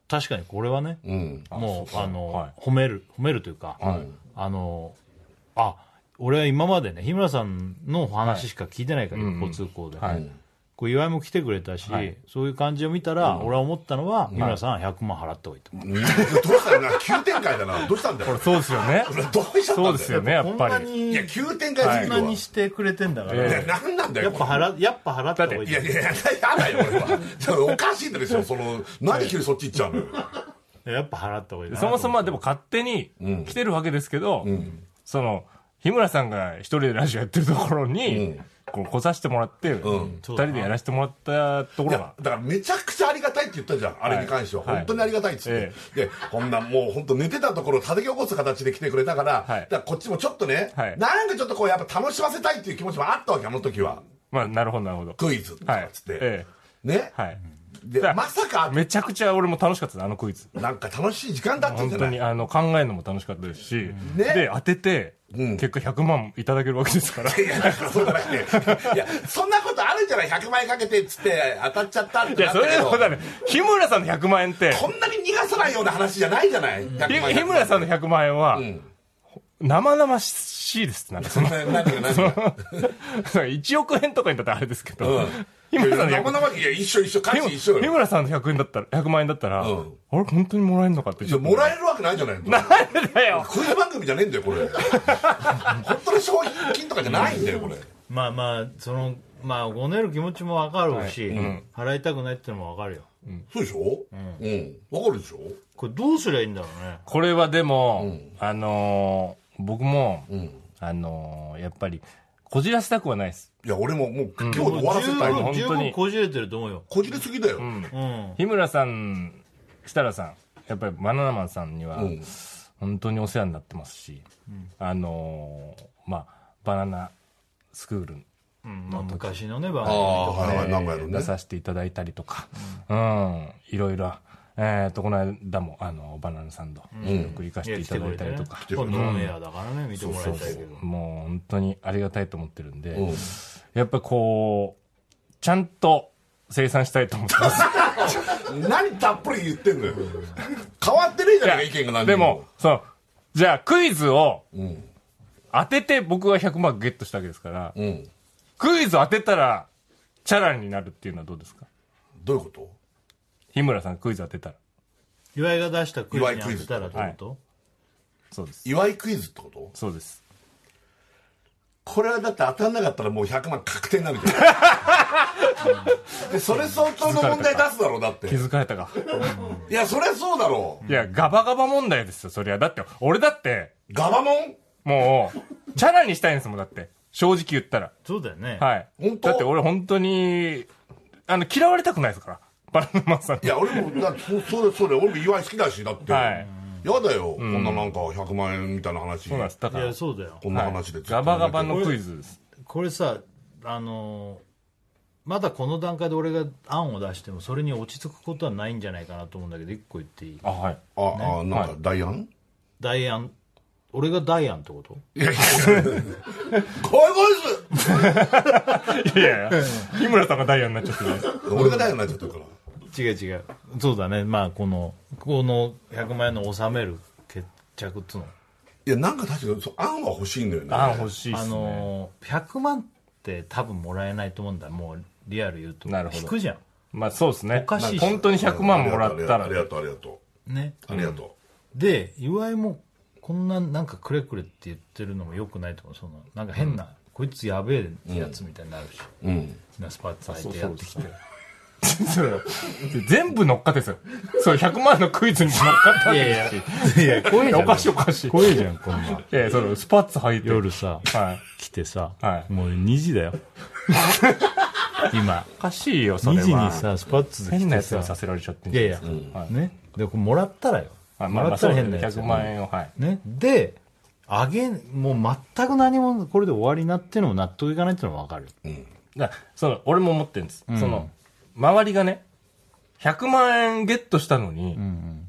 A: 確かにこれはね、
B: うん
A: もうあの、
C: は
A: 褒める褒めるというか、あのあ俺は今までね日村さんのお話しか聞いてないから、一方通行で、こう岩井も来てくれたし、そういう感じを見たら、俺は思ったのは、日村さんは100万払った方がいいと、
B: どうしたんだ急展開だなどうしたんだよ
C: そうですよね。
B: どうしちゃったんだよ
C: そうですよね、やっ
A: こん
C: ぱ
A: な
C: り。
B: い
A: に
B: や急展開す
A: こん
B: ぎ
A: な
B: るわ
A: にしてくれてんだから、
B: いや何なんだ
A: や
B: よ
A: っぱ払やっぱ払った方がいい
B: いやいやいややだよ俺はそれ
C: (laughs)
B: おかしいんでしょその何急にそっち行っちゃうのよ
A: やっぱ払った方がいいな
C: そもそもはでも勝手に来てるわけですけど、その、日村さんが一人でラジオやってるところに、こう来させてもらって、二人でやらせてもらったとこ
B: い
C: ろ
B: や
C: が、
B: だからめちゃくちゃありがたいって言ったじゃんあれに関しては、
C: はい
B: 本当にありがたいっつって、
C: え
B: でこんなもう本当寝てたところを叩き起こす形で来てくれたから、
C: はい
B: だからこっちもちょっとね、
C: はい
B: なんかちょっとこうやっぱ楽しませたいっていう気持ちもあったわけあの時は
C: まあ、なるほど、なるほど。
B: クイズとかっつって、
C: はいえ
B: ね、
C: はい。
B: でまさか
C: めちゃくちゃ俺も楽しかったですあのクイズ
B: なんか楽しい時間だったん
C: 本
B: じゃな
C: 当
B: い
C: にあの考えるのも楽しかったですし、
B: ね
C: で当てて、
B: うん
C: 結果100万いただけるわけですから
B: (laughs) いや、だからそうじゃなくて。いや、そんなことあるじゃない ?100 万円かけてっつって当たっちゃったって
C: い
B: な
C: や
B: っ
C: そ
B: たけど。
C: れでもだね日村さんの100万円って
B: こんなに逃がさないような話じゃないじゃない、
C: ひ
B: 100万円
C: 日村さんの100万円は、
B: ん
C: 生々しいですなんかその
B: 何が何が
C: 1億円とかにだったらあれですけど、
B: うん
C: 日村さんの100
B: 生々しいいや一緒一緒価値一緒
C: 日
B: よ
C: 村さんの100円だったら100万円だったら、
B: うん
C: あれ本当にもらえるのかって
B: いやもら
C: え
B: えるわけないじゃないの
C: るだよ
B: クイズ番組じゃねえんだよこれ本当の商品金とかじゃないんだよこれ
A: まあまあそのまあごねる気持ちもわかるし、払いたくないってのもわかるよ
B: そうでしょうんわかるでしょ
A: これどうすりゃいいんだろうね
C: これはでも、あのー僕も、
B: ん
C: あのーやっぱりこじらせたくはないです
B: いや俺ももう今日で終わらせ
A: 十
B: たい
C: も
B: の
C: う
A: 分十
C: 本当
A: 分
C: に
A: こじれてると思うよ
B: こじれすぎだよ
A: うん
C: 日村さん設楽さんやっぱりバナナマンさんには
B: うん
C: 本当にお世話になってますし、あのーまあバナナスクール
A: まあ昔のね番
B: あ
A: 組
B: あはいはいなんかや
C: え
B: る
C: ー
B: ね
C: 出させていただいたりとか、うん、いろいろ、えっと、この間も、あの、バナナサンド、よく行かせていただいたりとか、
A: 今度オンエアだからね見てもらいたいけど
C: もう本当にありがたいと思ってるんで、
B: うん
C: やっぱこう、ちゃんと生産したいと思ってます。
B: 何たっぷり言ってんのよ変わってねえじゃ (laughs) ないか意見が何に
C: でも、そう、じゃあクイズを
B: うん
C: 当てて僕は100万ゲットしたわけですから、
B: うん
C: クイズ当てたら、チャラになるっていうのはどうですか
B: どういうこと
C: 日村さんクイズ当てたら。
A: 岩井が出したクイズに当てたらどういうこと
C: そうです。
B: 祝いクイズってこと
C: そうです。
B: これはだって当たんなかったらもう100万確定になるじゃんでそれ相当の問題出すだろうだって
C: 気づかれたか。
B: いやそりゃそうだろ
C: いや、ガバガバ問題ですよ、そりゃ。だって、俺だって、
B: うガバモン
C: もう、チャラにしたいんですもん、だって。正直言ったら。
A: そうだよね
C: はい。
B: 本当
C: だって俺本当に、あの、嫌われたくないですから。バナナマンさん
B: い。や俺もだってそうそうだそうだ俺も祝い好きだしだって、
C: はい
B: やだよ、こんななんか100万円みたいな話
C: そうなんです。だ
A: い
C: から
A: や、そうだよ
B: こんな話でずっと
C: ガバガバのクイズです。
A: これさあのーまだこの段階で俺が案を出してもそれに落ち着くことはないんじゃないかなと思うんだけど一個言っていい
C: あ、はい。
B: あ、あなんかダイアン、
A: ダイアン俺がダイアンってこと
B: い、やいやいやこいこ
C: いやいや、日村さんがダイヤになっちゃってる。
B: いつ俺がダイアンになっちゃってるから
A: 違う違うそうだねまあこのこの100万円の納める決着っつうの
B: いやなんか確かにそう案は欲しいんだよね
C: あ、欲しいっ
A: あ
C: すね。
A: のー100万って多分もらえないと思うんだもうリアル言うと
C: なるほど
A: 引くじゃ
C: まあそうですね。
A: おかしいっす
C: 本当に100万もらった
B: あ
C: ら
B: り、がとうありがと
A: んね
B: うありがと
A: で岩井もこんななんかくれくれって言ってるのもよくないと思うそのなんか変な、こいつやべえやつみたいになるし、
B: ううん
A: みんなスパッツ履いてやってきて
C: そう全部乗っかってですよ。そう、100万のクイズにも乗っかったんですし。
A: いや怖え
C: おかしいおかしい。
A: 怖えじゃんこんなん
C: ええ、そのスパッツ履いて。
A: 夜さ
C: はい。
A: 来てさ、
C: はい
A: もう2時だよ今
C: おかしいよ、それ
A: 2
C: は。
A: 時にさスパッツで来
C: 変な
A: て
C: やつ
A: さ
C: がさせられちゃってん
A: い
C: じゃ
A: や
C: ん
A: いや、ねでこれもらったらよ、
C: あ
A: も
C: まあま
A: ら
C: あ
A: った
C: そう
A: ら
C: だ
A: 変な
C: ね
A: やつ
C: 100万円をはい
A: ね、であげもう全く何もこれで終わりなっていうのも納得いかないっていうのも分かる
C: だからその俺も思ってるんです、その周りがね100万円ゲットしたのに、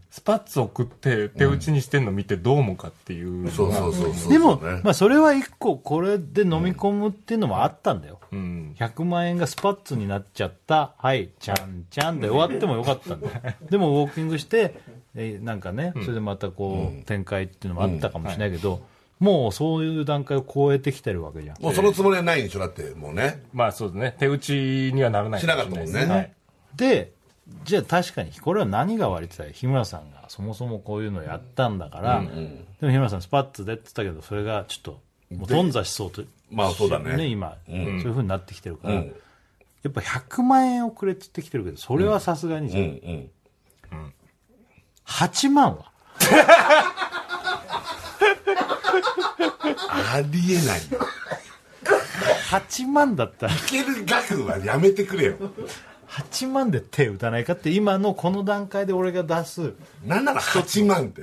C: スパッツ送って手打ちにしてんの見てどう思うかっていう、
B: そうそうそうそう
A: でも、
B: そうね
A: まあ、それは一個これで飲み込むっていうのもあったんだよ、
C: うん
A: 100万円がスパッツになっちゃったはいちゃんちゃんで終わってもよかったんだよでもウォーキングしてえーなんかね、それでまたこう、展開っていうのもあったかもしれないけど、もうそういう段階を超えてきてるわけじゃん
B: もうそのつもりはないんでしょだってもうね
C: まあそうですね手打ちにはならない
B: しなかったもんね
C: ですはい
A: でじゃあ確かにこれは何が悪いって言ったら日村さんがそもそもこういうのやったんだから、でも日村さんスパッツでって言ったけどそれがちょっともう頓挫しそうと
B: まあそうだね
A: 今、そういうふうになってきてるから、やっぱ100万円をくれって言ってきてるけどそれはさすがにじゃん、
B: うん
A: 8万は
B: ありえないよ
A: 8万だったら
B: いける額はやめてくれよ
A: 8万で手打たないかって今のこの段階で俺が出す
B: なんなら8万って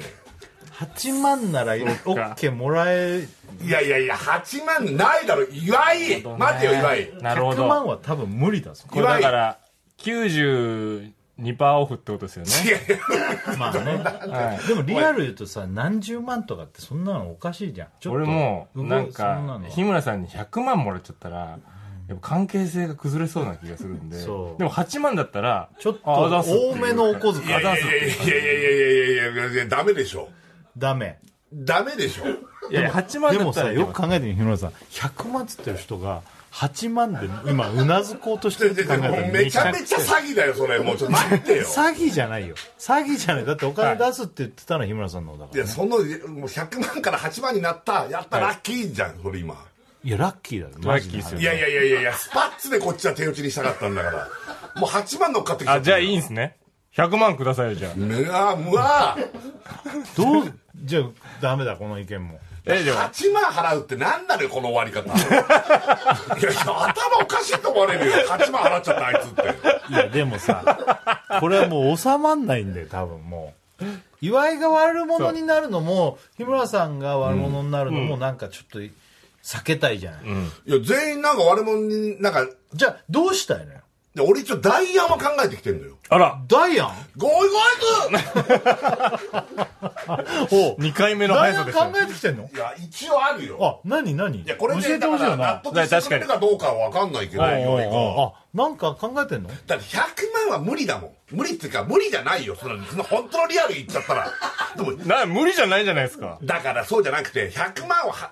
A: 8万なら OK もらえ
B: いやいやいや8万ないだろ岩井待てよ岩井
C: なるほ
A: 100万
C: ど
A: は多分無理だぞ
C: これだから92 2%オフってことですよね。
A: まあね。でもリアル言うとさ、何十万とかってそんなのおかしいじゃん。ちょっと
C: 俺も、
A: 動く
C: なん
A: そんな
C: か
A: の、は
C: 日村さんに100万もらっちゃったら、やっぱ関係性が崩れそうな気がするんで。で
A: そ
C: も
A: う
C: 8万だったら、
A: ちょっと
C: あざすっていう
A: 多めのお小遣い。
C: あざすっ
B: い
C: て
B: やい
C: いう
B: やいやいやいやいやいやいやダメでしょ
A: ダメ。
B: ダメでしょ
C: いやいや、8万
A: で
C: だ
A: も
C: った
A: さ、
C: ら、
A: よく考えてみ、日村さん。100万っつってる人が、8万で今、うなずこうとしてるって考えたら
B: もうめちゃめちゃ詐欺だよそれもうちょっと待
A: (laughs)
B: ってよ
A: 詐欺じゃないよ。詐欺じゃない。だってお金出すって言ってたのは日村さんのだか
B: い
A: ら。
B: やそのもう100万から8万になったやったラッキーじゃんそれ今
A: いや、ラッキーだよ。
C: ラッキーですよ
B: いやいやいやいやいやスパッツでこっちは手打ちにしたかったんだからもう8万乗っかってきちゃ
C: あ、
B: った
C: じゃあいいんすね。100万くださいよ、
A: (laughs)
C: じゃあ。
B: うわうわ
A: どう、じゃあ、ダメだ、この意見も。
C: え、でも、
B: 8万払うって何なのよこの終わり方いや頭おかしいと思われるよ8万払っちゃったあいつって
A: いや、でもさ、これはもう収まんないんだよ、多分もう。岩井が悪者になるのも、日村さんが悪者になるのも、なんかちょっと避けたいじゃない。
B: いや全員なんか悪者になんか
A: じゃあ、どうしたいのよ。
B: で俺一応ダイヤは考えてきてんのよ
C: あら、
A: ダイアン
B: ゴイゴイく
A: おう
C: 2回目の
A: ダ
C: 速
A: イア
C: さ
A: ン
C: で
A: 考えてきてんの
B: んいや一応あるよ
A: あ、何何
B: いやこれ
A: 教え
B: で
A: て
B: だか
A: ほしいよ
B: ら納
A: な。
B: 得してくれるかどうかは分かんないけど、
C: はい
B: 岩井が
A: あ、なんか考えてんの
B: だって100万は無理だもん無理っていうか無理じゃないよそのその本当のリアル言っちゃったらでも
C: な、無理じゃないじゃないですか。
B: だからそうじゃなくて100万はは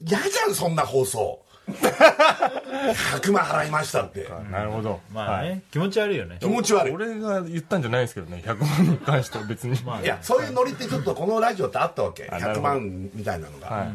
B: 嫌じゃんそんな放送100万払いましたって
C: なるほど。
A: まあね、
C: はい
A: 気持ち悪いよね
B: 気。持ち悪い
C: 俺が言ったんじゃないですけどね、100万に関しては別に。
A: まあ
B: いやそういうノリってちょっとこのラジオってあったわけ
C: なる
B: 100
C: ほど
B: 万みたいなのが、
C: はい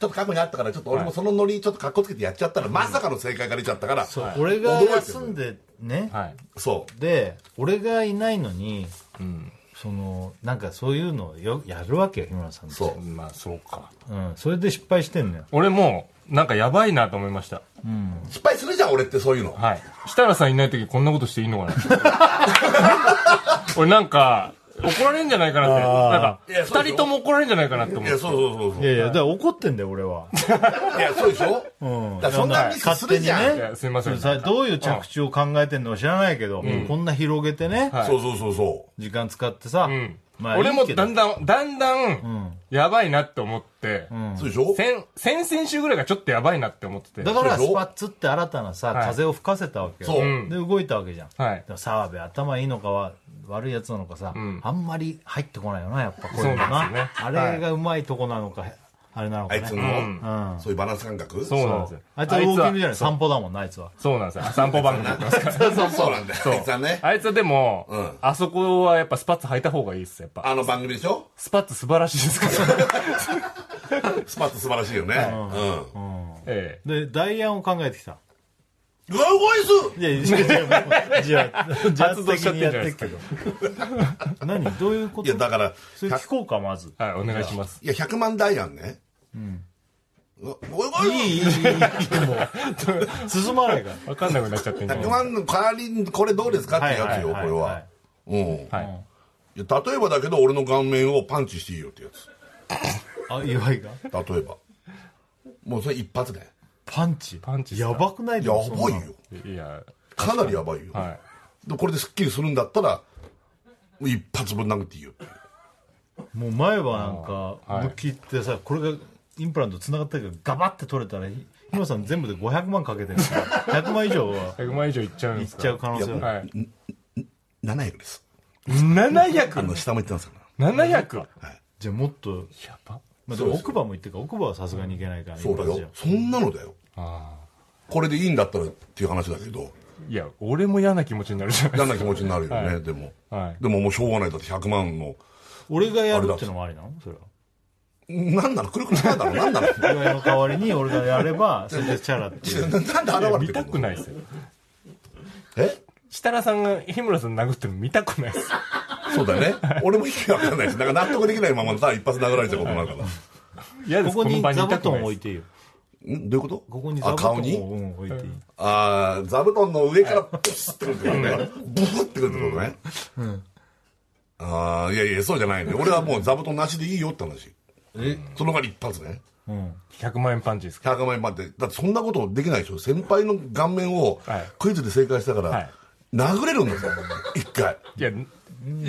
B: ちょっと過去にあったからちょっと俺もそのノリちょっと格好つけてやっちゃったら、まさかの正解が出ちゃったから、
A: そう俺が
B: 驚いて
A: 休
B: る
A: んでね、
C: はい。
B: そう
A: で、俺がいないのに、
C: うん。
A: その、なんかそういうのをよやるわけよ、日村さんって。
B: そう
C: まあ、そうか。
A: うん、それで失敗してんのよ。
C: 俺も、なんかやばいなと思いました。
B: 失敗するじゃん俺ってそういうの
C: はい。設楽さんいない時こんなことしていいのかな (laughs) 俺なんか、怒られんじゃないかなって。なんか、
B: いやそう
C: 二
B: でしょ
C: 人とも怒られんじゃないかなって
B: い
C: 思
B: や
C: う。
B: そうそうそうそう
A: いやいや、だから怒ってんだよ、俺は。
B: いやそうでしょ、
A: うん
B: だからそんなミスするじゃん、
A: 勝手に
C: いやすいません。
A: さどういう着地を考えてんのか知らないけど、こんな広げてね、
C: はい
B: そうそうそうそう
A: 時間使ってさ、
C: うん。
A: まあ
C: 俺も
A: いいけど
C: だんだん、だんだ、
A: うんん
C: やばいなって思って、
B: そうでしょ
C: 先、先々週ぐらいがちょっとやばいなって思ってて。
A: だから
B: そうでし
A: ス
B: ょ
A: パッツって新たなさ、
C: はい
A: 風を吹かせたわけよ
B: そう、
C: ん
A: で動いたわけじゃん、
C: はい
A: でも澤部頭いいのかは悪いやつなのかさ、
C: ん
A: あんまり入ってこないよなやっぱこういうの
C: そうなんですよね
A: あれがうまいとこなのか、あれなの
B: あ
A: か
B: い
A: ね
B: つ
A: う
B: の
A: ん、
B: うんそういうバランス感覚
C: そうなんですよ。
A: あいつはウォーキングじゃない
C: そう
A: 散歩だもんなあいつは
C: そうなんですよ。散歩番組やってますから。
B: そうそうそうなんだ (laughs) よあいつはね
C: あいつはでも、
B: うん
C: あそこはやっぱスパッツ履いた方がいいっす、やっぱ。
B: あの番組でしょ
C: スパッツ素晴らしい
A: (laughs)
C: ですから。
B: スパッツ素晴らしいよね、うん
C: ええ。
A: でダイアンを考えてきた
B: うわ動い
A: いやい
C: (laughs)
A: やいやもうじゃあじゃあ
C: 発動しちゃってんじゃないですか
A: やってっけど (laughs) 何どういうこ
B: す
A: と
B: いやだから
A: それ聞こうかまず
C: はい、お願いします。
B: いや100万ダイアンねうんうわ動い動い
A: いいいいいいいもう進まないから
C: わかんなくなっちゃってんじゃない
B: 100万の代わりにこれどうですかってやつよ、
A: はいはいはいはい
B: これは、うん
C: はい
B: いや例えばだけど俺の顔面をパンチしていいよってやつ
A: あ岩井が
B: 例えばもうそれ一発で
A: パンチ
C: パンチっす
A: や
C: か
A: ばくないで
B: や
A: も
B: ば
A: そんなの
B: いよ
C: いや、
B: かなりやばいよ、
C: は
B: でこれでスッキリするんだったらもう一発ぶん殴っていいよ
A: もう前は
C: あー
A: なん
C: は
A: か
C: い。
A: 向きってさこれがインプラント繋がったけどガバって取れたらひ日村さん全部で500万かけ (laughs) てるから100万以上はい
C: 100万以上いっちゃうん
A: い
C: で
A: っ
C: すか
A: ちゃう可能性はある
C: はい。
B: 700ですあ
C: 700?700?
B: の下も言ってますから
A: じゃあもっと、
C: やば。
A: まあ、でも奥歯も行ってるから奥歯はさすがにいけないから
B: そうだ
A: 一発じゃ
B: よそんなのだよこれでいいんだったらっていう話だけど
C: いや、俺も嫌な気持ちになるじゃない
B: 嫌な気持ちになるよね、でも、
C: はい
B: でももうしょうがないだって100万の
A: 俺がやるってのもありなのそれは
B: 何なのくるくるなんだろう何
C: (laughs)
B: なの
A: 岩井の代わりに俺がやればそれでチャラっ
B: (laughs)
A: ていう
B: なんで現れて
C: 見
B: く
C: た
B: るの
C: くないっすよ。
B: え
C: 設楽さんが日村さん殴ってるの見たくないっす。
B: そうだよね俺も意味わかんないしなんか納得できないままさ一発殴られちゃうことになるから
C: 嫌で
A: こ
C: す、
A: こに
C: 場
A: 座布
C: たくな
A: 団
C: い
A: 置
C: っ
A: い
C: す。
A: ていいよ
B: んどういうこと
A: ここに座
B: あ
A: 布団を
B: 顔に
A: うん置いていい
B: ああ座布団の上からブスってくるってことねブフってくるってことねああいやいやそうじゃないね俺はもう座布団なしでいいよって話
A: え
B: その代わり一発ね
C: 100万円パンチですか
B: 100万円パンってだってそんなことできないでしょ先輩の顔面を
C: はい
B: クイズで正解したから、
C: はい
B: 殴れるんですよ一回
C: いや、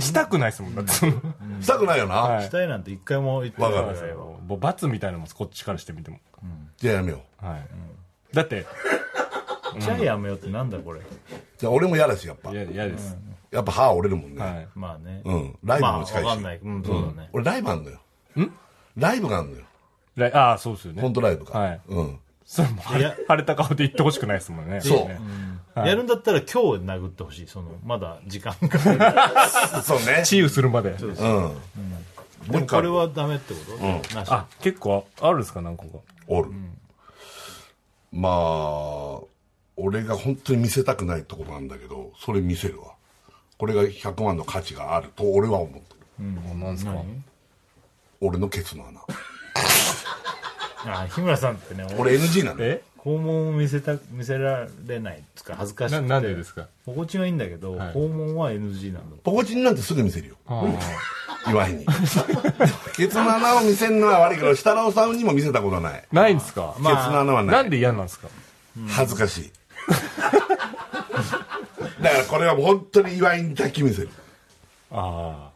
C: したくないですもん、だってその。
B: したくないよな、
C: はい
A: したいなんて一回も言って
B: わかる
C: もう罰みたいなもんですこっちからしてみても。
B: じゃあやめよう
C: はい。だって、
A: じゃあやめようってなんだこれ
B: じゃあ俺も嫌だしやっぱ
C: いや、嫌です。
B: やっぱ歯折れるもんね、
C: はい。
A: まあね
B: うんライブ
A: まあ
B: も
A: わ
B: 近いし、
A: かんないうんそうだね
B: 俺ライブあんのよライブがあんのよ
C: ライ (laughs) ああ、そうですよね。
B: コントライブが、
C: はい
B: うん (laughs)
C: それも晴
A: い
C: れ
A: や
C: 晴れた顔で言ってほしくないですもんね。
B: そう
C: ねはい
A: やるんだったら今日殴ってほしいそのまだ時間がかかる
B: そうね
C: 治癒するまで。
B: うん、
A: でもこれはダメってことなし
C: あ、結構あるんですか、何個か。
B: おる、まあ俺が本当に見せたくないところなんだけどそれ見せるわこれが100万の価値があると俺は思ってる
C: 何ですか
B: 俺のケツの穴
A: あ日村さんってね
B: 俺 NG なの
C: え
A: 肛門を見せた見せられないつか恥ずかしく
C: な
A: て
C: なんでですか
A: 心地はいいんだけど、
C: はい
A: 肛門は NG なんだ
B: ポコチンなんてすぐ見せるよ
C: ああ
B: 岩井にケツの穴を見せるのは悪いけど設楽さんにも見せたことはない
C: ないんですか
B: ケツの穴はな
C: ないんで嫌なんですか
B: 恥ずかしいだからこれは本当に岩井に抱き見せる
C: あ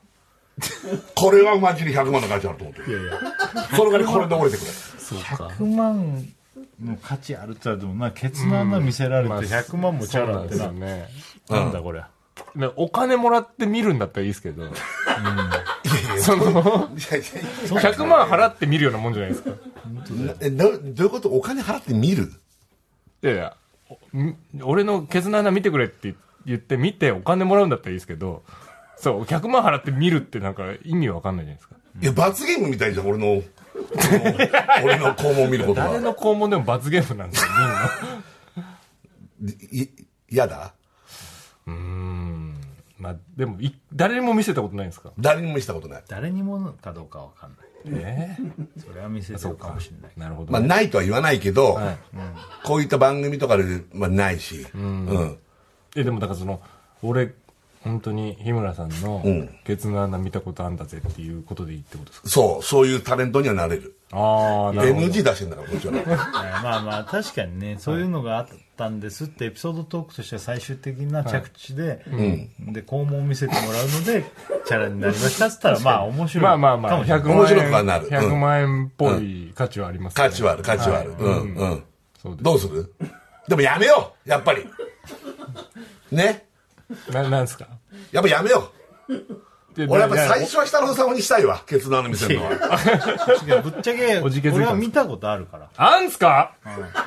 B: これはマジで100万の価値あると思ってるその代わりこれで折れてくれ
A: 100万の価値あるって言ったらでもなケツの穴見せられて
C: まあ
A: 100万もチャラってな,、
C: そうなんです
A: ななんだこれ
C: よね。お金もらって見るんだったらいいですけど、その、100
B: 100
C: 万払って見るようなもんじゃないですか。
B: えなどういうことお金払って見る
C: いやいや、おん俺のケツの穴見てくれって言って見てお金もらうんだったらいいですけど、そう、100万払って見るってなんか意味わかんないじゃないですか。
B: いや罰ゲームみたいじゃん俺の俺の肛門見ること
C: 誰
B: は
C: の肛門でも罰ゲームなんですよ、みんな。
B: い嫌だ
C: うーん。まあ、でも、い誰にも見せたことないんですか
B: 誰にも見せたことない
A: 誰にもかどうかわかんない
C: え
B: (laughs)
A: それは見せてるかもしれない
C: なるほど。
B: まあ、ないとは言わないけど、うんこういった番組とかで、まあ、ないし、うん
C: え、でもだからその、俺、本当に日村さんの、ケツの穴見たことあんだぜっていうことでいいってことですか、
B: そうそういうタレントにはなれる
C: ああ、なるほど。
B: NG 出してんだからこっちはね
A: (laughs) えーまあまあ確かにねそういうのがあったんですってエピソードトークとしては最終的な着地で、で肛門を見せてもらうのでチャラになりましたっつったらまあ面白い
C: まあまあま
A: かも
C: あ、
A: しれな
B: 面白
A: い
C: 100万円。
B: くはなるうん
C: 100万円っぽい価値はありますね
B: 価値はある価値はある、うんうん
C: そうで
B: どうするでもやめようやっぱりね
C: す。な、なんですか
B: やっぱやめよ
C: で
B: う俺やっぱ
C: な
B: 最初は設楽さんにしたいわケツの穴見せるのは
A: 違うぶっちゃけ
C: (laughs) おじけづいたんですか
A: 俺は見たことあるから
C: あんすか、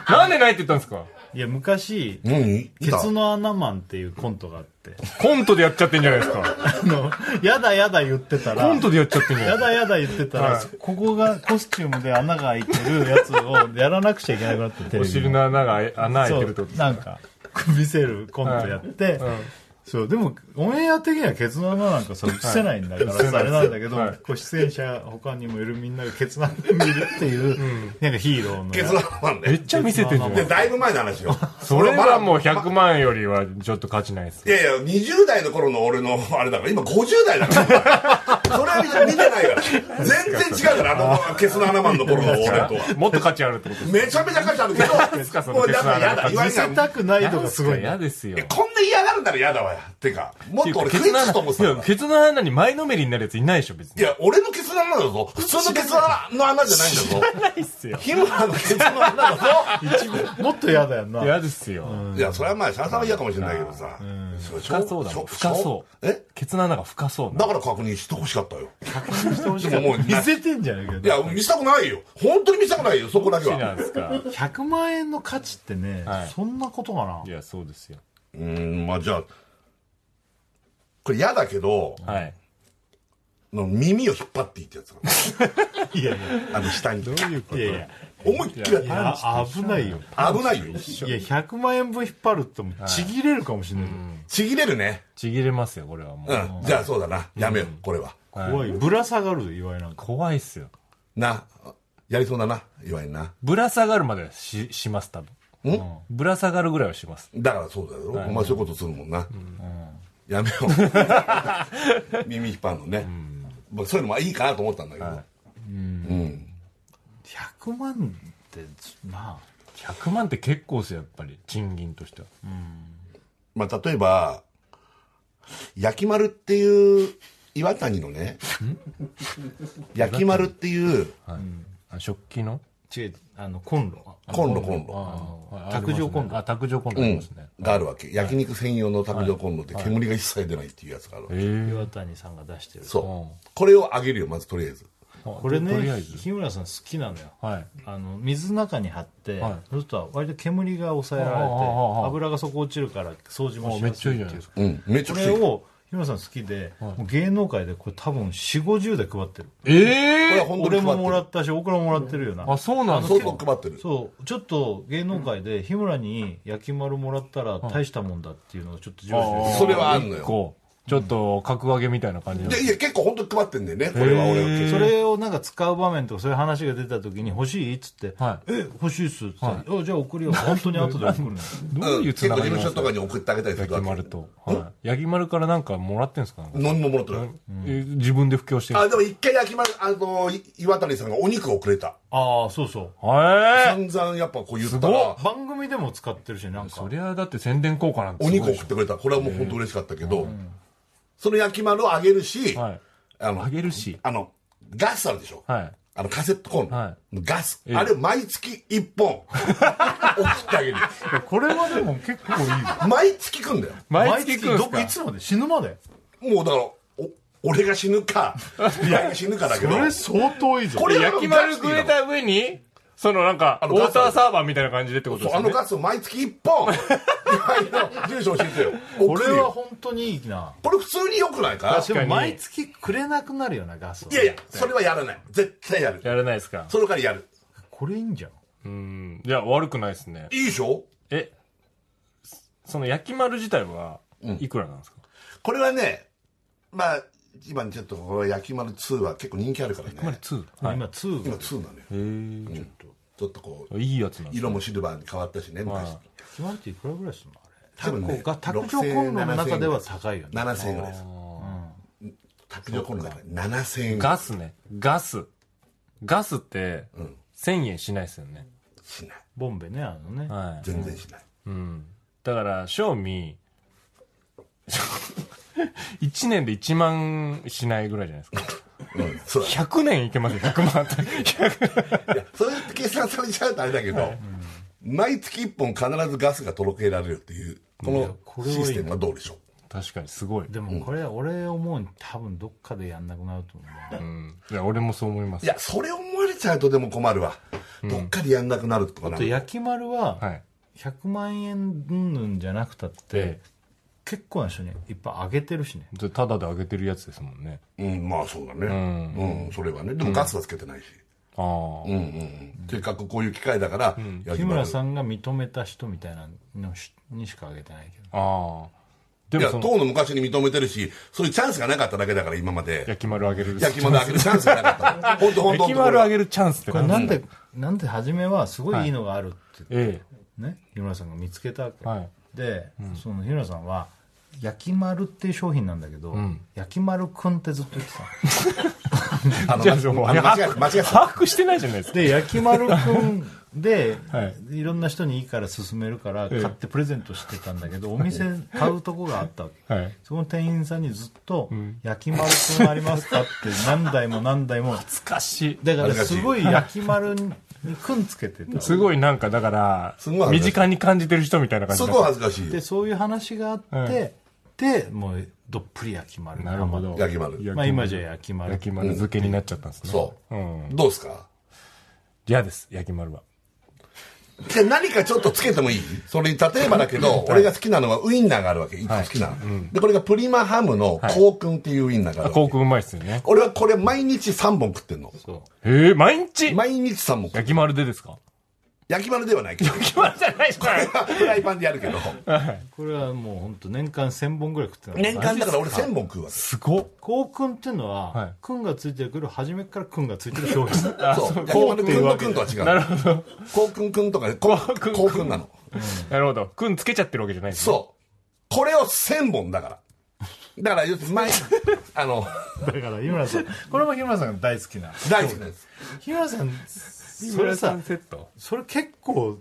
C: なんでないって言ったんですか
A: いや昔
B: 何
A: ケ
B: 見た
A: ツの穴マンっていうコントがあって
C: コントでやっちゃってんじゃないですか
A: あのやだやだ言ってたら
C: コントでやっちゃってんじゃない
A: や
C: ですか
A: だやだ言ってたら、
C: はい
A: ここがコスチュームで穴が開いてるやつをやらなくちゃいけなくなってて
C: お尻の穴が開い穴開いてるって
A: そ
C: こ
A: う
C: と
A: なんか見せるコントやって、そうでもオンエア的にはケツの穴なんかさ映せないんだからさ、あれなんだけど、
C: はい
A: こう出演者他にもいるみんながケツの穴見るっていう、なんかヒーローの
B: ケツの穴なん
C: め
B: ね
C: っちゃ見せてんじゃな
B: で
C: い
B: だいぶ前の話よ
C: それはもう
B: 俺まだ
C: 100万円よりはちょっと価値ないです
B: いやいや20代の頃の俺の (laughs) あれだから今50代だから (laughs) それは見てないから全然違うからあのケツの穴マンの頃の俺とは
C: もっと価値あるってことです
B: めちゃめちゃ価値あるけ
C: ですかそ
B: ど、も
C: の
B: うだから嫌だ、
C: ケツ
B: 岩
A: 見
B: 井さ
A: せ
B: ん。
A: たくないとかすごいね
C: 嫌ですよ
B: こんな嫌がるなら嫌だわや。てか、もっと俺
C: ケ
B: ケ
C: ツの
B: ツと思って
C: 穴
B: た
C: いや
B: から。
C: ケツの穴に前のめりになるやついないでしょ別
B: い
C: に
B: や、俺のケツの穴だぞ。普通のケツの穴じゃないんだぞ。
C: ないっすよ
B: 日村のケツの穴だぞ。
A: もっと嫌だよな
C: 嫌ですよ、
B: いや、それはまあ、シャンさんは嫌かもしれないけどさ。そう
C: 深そうだもん深そう
B: え
C: ケツの穴が深そうな
B: だから確認してほしかったよ。でももう
A: 見
B: な
A: せてんじゃないけ
B: い
A: ど
B: や、見せたくないよ。本当に見せたくないよ、そこだけ
C: 価値な
B: は
C: ん。ですか
A: 100万円の価値ってね、
C: はい
A: そんなことかない
C: やそうですよ
B: うーん、まあじゃあ、これ嫌だけど、
C: はい
B: の耳を引っ張っていいってやつなの
A: いやい
B: あの、下に。
A: やいやいや
B: 思いっきりやっ
A: い
B: て
A: や危ないよ
B: 危ないよ。
A: いや100万円分引っ張るってもうちぎれるかもしれないよ、
B: ちぎれるね。
C: ちぎれますよこれはもう、
B: うん。じゃあそうだな。やめよう、これは。
A: 怖いよぶら下がるで岩井なんか
C: 怖いっすよ
B: な。やりそうだな、岩井な。
C: ぶら下がるまではしします多分
B: ん
C: ぶら下がるぐらいはします
B: だからそうだよ。お前そういうことするもんな。やめよ (laughs) う。耳引っ張るのね。まあそういうのもいいかなと思ったんだけど。
A: 100万ってな
C: 100万って結構っすよやっぱり賃金としては
B: まあ例えば、焼き丸っていう岩谷のね焼き丸っていう
C: あ食器の
A: 違うあのコンロ
B: コンロコンロ、
A: 卓上コンロ
C: あ、卓上コンロ
B: う
C: あり
B: ん
C: ますね。
B: があるわけ焼肉専用の卓上コンロって煙が一切出ないっていうやつがあるわけ、
A: 岩谷さんが出してる
B: そうこれをあげるよまずとりあえず
A: これね
C: とりあえず
A: 日村さん好きなのよ
C: はい。
A: あの水の中に張って、
C: はい
A: そうすると割と煙が抑えられて
C: ああああああ
A: 油がそこ落ちるから掃除もし
C: めっ
A: や
C: ち
A: す
C: ゃ
A: い
C: いい
A: ってい
C: じゃないで
A: う
C: すか。
B: うんめちゃ
A: こ
B: くちゃ
A: れ
B: いいこ
A: を日村さん好きで、もう芸能界でこれ多分4 5 0で配ってる
C: ええ
B: れは本当
A: 俺
B: に配
A: も
B: って
A: も
B: る
A: らったし大倉もらってるよな、
C: あ、そうなんです
B: 相
C: か
B: 当配ってる
A: そうちょっと芸能界で日村に焼き丸もらったら大したもんだっていうのをちょっと上
C: あ
A: 司
C: あ
B: それはあんのよ
C: こう、ちょっと格上げみたいな感じなんで
B: ですいや結構本当に配ってんだよねこれは俺は
A: でそれをなんか使う場面とかそういう話が出た時に欲しいっつって「
C: は
A: え欲しいっす」っつって、あじゃあ送るよ本当に後で送るの
C: どう
B: うん
C: いうつ
B: 結
C: な
B: 構
C: が
B: 事
C: り
B: 務
C: なんです
B: 所
C: か
B: とかに送ってあげたりする
C: ヤ
B: わ
C: ギ
B: け
C: 丸と。はい。ヤギ丸からなんかもらってんですかなんか
B: 何ももらってない
C: え自分で布教してる。
B: あでも一回焼き丸あのい岩谷さんがお肉をくれた
A: ああそうそう
C: はい。
B: 散々やっぱこう言ったら
A: 番組でも使ってるしなんか
C: そりゃだって宣伝効果なんて
B: お
C: すご
B: 肉
C: い
B: を
C: でし
B: 送ってくれたこれはもう本当嬉しかったけど、その焼き丸をあげるし、
C: ょ。はい。
B: あの
C: あげるし。
B: あのガスあるでしょ、
C: はい。
B: あのカセットコンロ、
C: は
B: ガス、
C: え
B: あれ毎月1本 (laughs) 送ってあげるよ
C: これはでも結構いい。
B: 毎月来んだよ
C: 毎月来るん
A: ど
C: す
A: こい
C: か
A: つまで死ぬまで
B: もうだからお俺が死ぬかいや死ぬかだけど
D: これ相当いいぞ
B: これは
C: 焼き丸食え
B: ガス
C: た上に、そのなんか、ウ
B: の
C: ォーターサーバーみたいな感じでってこと
B: でいい
C: で
B: の
C: す
B: そうあの
C: よ
B: ガ
C: ね。
B: スを毎月1本
C: (laughs)
B: 岩井の住所教えてよ
A: こ
B: 送
A: れ
B: る
A: は
B: よ
A: 本当にいいな
B: これ普通に良くないか
A: で
C: か
A: も
C: に
A: 毎月くれなくなるよなガスはい
B: やいやそれはやらない絶対やる
C: やらないですか。
B: その代わりやる
A: これいいんじゃん
C: うん。いや、悪くないですね。
B: いいでしょ
C: え、その焼き丸自体は、いくらなんですか、
B: これはねまあ今ちょっとこれ焼き丸2は結構人気あるからね
C: やっぱりツーはい
A: 今2
B: 今2なのよ、
C: へ
B: ちょっとちょっとこう
C: え。いいやつなんです
B: 色もシルバーに変わったしね昔
C: は
A: 決まるっていくらぐらいするのあ
B: 多
A: れ
B: 分ね
A: 結構が卓上コンロの中では高いよね
B: 7000円ぐらいです卓上コンロだから7000円ぐらい
C: ガスね。ガス。ガスって、1000円しないですよね。
B: しない
A: ボンベねあのね
C: はい。
B: 全然しない、
C: うん。だから、賞味、1年で1万しないぐらいじゃないですか。
B: うん、そうだ
C: 100年いけますよ、100万あったら。
B: いやそうやって計算されちゃうとあれだけど、毎月1本必ずガスが届けられるっていうこのシステムはどうでしょう
C: 確かに、すごい。
A: でもこれ俺思うに多分どっかでやんなくなると思うんだよね
C: うん。いや、俺もそう思いま
B: い
C: す。
B: やそれ思われちゃうとでも困るわ、どっかでやんなくなるとか
A: あ
B: な
A: と焼き丸
C: は。
A: はい100万円うんぬんじゃなくたっ
C: え
A: て結構な人にいっぱいあげてるしね
C: で、ただであげてるやつですもんね。
B: うんまあそうだねうん、それはねでもガスはつけてないし、
C: ああ。
B: うんうんうんせっかくこういう機会だから、や
A: 日村さんが認めた人みたいなのしにしかあげてないけど
C: ああ。で
B: い
C: も
B: や
C: その、
B: 党の昔に認めてるしそういうチャンスがなかっただけだから今まで
C: 焼き丸あげる。
B: 焼き物あげるチャンスがなかった本当本当
C: 焼き丸あ
B: る
C: げるチャンスって
A: これなんで、なんで初めはすごいいいのがあるって、
C: え
A: ね、日村さんが見つけたわけ、
C: はい
A: で、その日村さんは「焼き丸」っていう商品なんだけど「焼き丸くん」ってずっと言ってたの
B: あ
C: え。
B: の
C: じゃあ、もう、
B: あの間違えた間違えた
C: 把握してないじゃないです
A: (laughs)
C: か。
A: で「焼き丸くんで」 (laughs)
C: はい
A: い、ろんな人にいいから勧めるから買ってプレゼントしてたんだけ (laughs) ど、お店買うとこがあったわけ、
C: はい
A: そこの店員さんにずっと「焼き丸くんあります (laughs) か?」って何台も何台も
C: 難しい。
A: だからすごい焼き丸に「くん」つけてた
C: すごいなんか、だから
B: すごい、
C: 身近に感じてる人みたいな感じ
B: す
C: だ
B: ごい恥ずかしい
A: で
B: よ
A: そういう話があって、でもうどっぷり焼き丸に
C: なるほど。
B: 焼き丸
C: 焼き
A: まあ今じゃ焼き丸
C: 焼き丸漬けになっちゃったんですね。
B: そう、どうですか
C: 嫌です、焼き丸は。
B: じゃあ何かちょっとつけてもいいそれに例えばだけど俺が好きなのはウインナーがあるわけ一個好きなの、でこれがプリマハムのコウくんっていうウインナーがあるわけ、
C: 航空うまいっすよね。
B: 俺はこれ毎日3本食ってんの
C: ええ、毎日
B: 毎日3本食う
C: 焼き丸でですか
B: 焼き丸ではないけど
C: 焼き丸じゃないじゃない
B: フライパンでやるけど
A: これはもう本当年間1000本ぐらい食ってたの
B: 年間だから俺1000本食うわけ
C: すごっ。
A: こうくんっていうのは、
C: はい
A: くんがついてるけど初めからくんがついてる商品 (laughs)
B: そう焼き丸くんのくんとは違う
C: なるほど。
B: コウくんくんとかでコウ
C: くん
B: コウくんなの
C: なるほど。くんつけちゃってるわけじゃないですね。
B: そうこれを1000本だからだから要するに毎あの
A: だから日村さんこれも日村さんが大好きな
B: 大好きなんです
A: 日村さんそれ
C: 日村さ
A: さ
C: んセット。
A: それ結構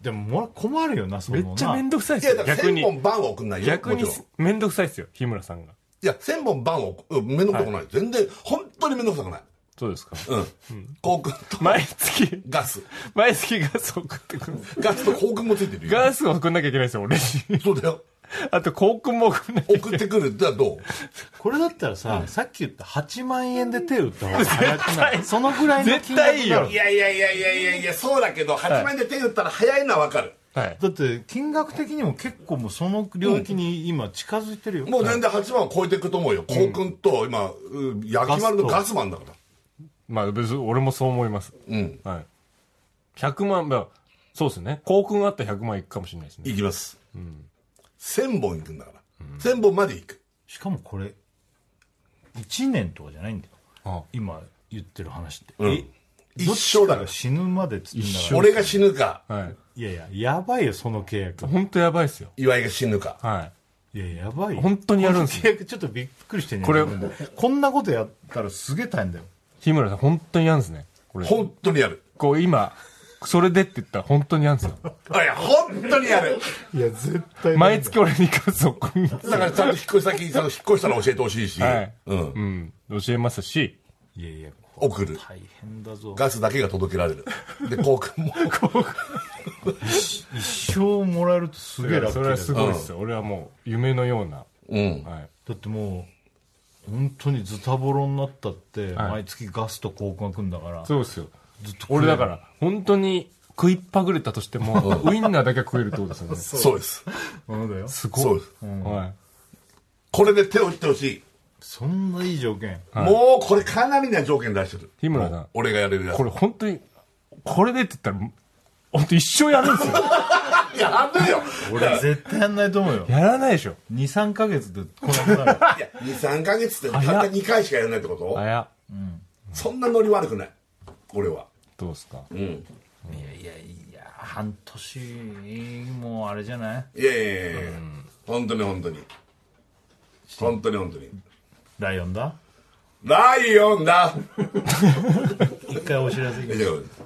A: でももら困るよなそ
C: め
A: の
C: っ
A: な
C: ちゃめんどくさい
B: い
C: で
B: や
C: す
B: だ
C: よ
B: から
C: 逆
B: 1000
C: に
B: 本番を送んないよ
C: 逆に
B: もちろん
C: めんどくさいですよ日村さんが
B: いや1000本番をうん面倒くさくない、全然本当に面倒くさくない
C: そうですか
B: うん、航空と
C: 毎月
B: ガス
C: 毎月ガス送ってくる
B: ガスと航空もついてるよ
C: ガスを送んなきゃいけないですよ俺に
B: そうだよ
C: あと航空も送んなきゃ
B: 送ってくるってのはどう
A: これだったらさ、さっき言った8万円で手打った方が早くないそのぐらいの金額だろ
C: 絶対いいよ
B: (laughs) いやいやいやいやいやいやそうだけど8万円で手打ったら早いのは分かる
C: はい
A: だって金額的にも結構もうその領域に今近づいてるよ、
B: もう全然8万を超えていくと思うよ航空と今うん焼き丸のガスマンだから
C: まあ別に俺もそう思います
B: うん
C: はい100万まあそうですね航空があったら100万いくかもしれないですね
B: 行きます、1000本行くんだから、1000本まで行く
A: しかもこれ1年とかじゃないんだよ
C: あ
A: 今言ってる話って、
B: ん
A: え
B: 一生だか
A: どっちから死ぬまでっつってんだから
B: 俺が死ぬか
C: はい
A: いやいややばいよその契約
C: 本当やばいですよ
B: 岩井が死ぬか
C: はい
A: いややばいよ
C: 本当にやるんですよ
A: 契約ちょっとびっくりしてんね
C: これ
A: こんなことやったらすげえ大変だよ
C: 日村さん本当にやるんですねこれ
B: 本当にやる
C: こう今それでって言ったら本当にやるんですよ
B: あいや本当にや (laughs) る
A: いや絶対
C: 毎月俺にガス送んます
B: だからちゃんと引っ越し先その引っ越したの教えてほしいし、
C: はい
B: うん、
C: うん教えますし
A: いやいや
B: 送る
A: 大変だぞ
B: ガスだけが届けられるで航空も
A: 一生もらえるとすげえ楽
C: それはす
A: だよ
C: ごいですよ俺はもう夢のような
B: うん
C: はい
A: だってもう本当にズタボロになったって、
C: はい
A: 毎月ガスと交換くんだから
C: そうですよ俺だから本当に食いっぱぐれたとしてもウインナーだけ食えるってことですよ
B: (laughs)
C: ね
B: そうです
A: そうだよ
B: そ
C: すご
B: う
C: い
B: です
C: は
B: これで手を打ってほしい、
A: そんないい条件
C: はい
B: もうこれかなりな条件出してる
C: 日村さん
B: もう俺がやれるや
C: い
B: つ
C: これ本当にこれでって言ったら本当一生やるんですよ (laughs)
B: いやあんよ
A: 俺 (laughs) 絶対やんないと思うよ
C: やらないでしょ
A: 23か月でこんなことなる
B: いや23か月ってたった2回しかやらないってこと
C: あや
B: そんなノリ悪くない俺は
C: どうですか
B: うん
A: いやいやいや半年もうあれじゃない
B: いやいやいやいや、本当に本当に本当に本当に
A: ライオンだ
B: ライオンだ
A: 一回お知らせ
B: 以
A: い
B: 上です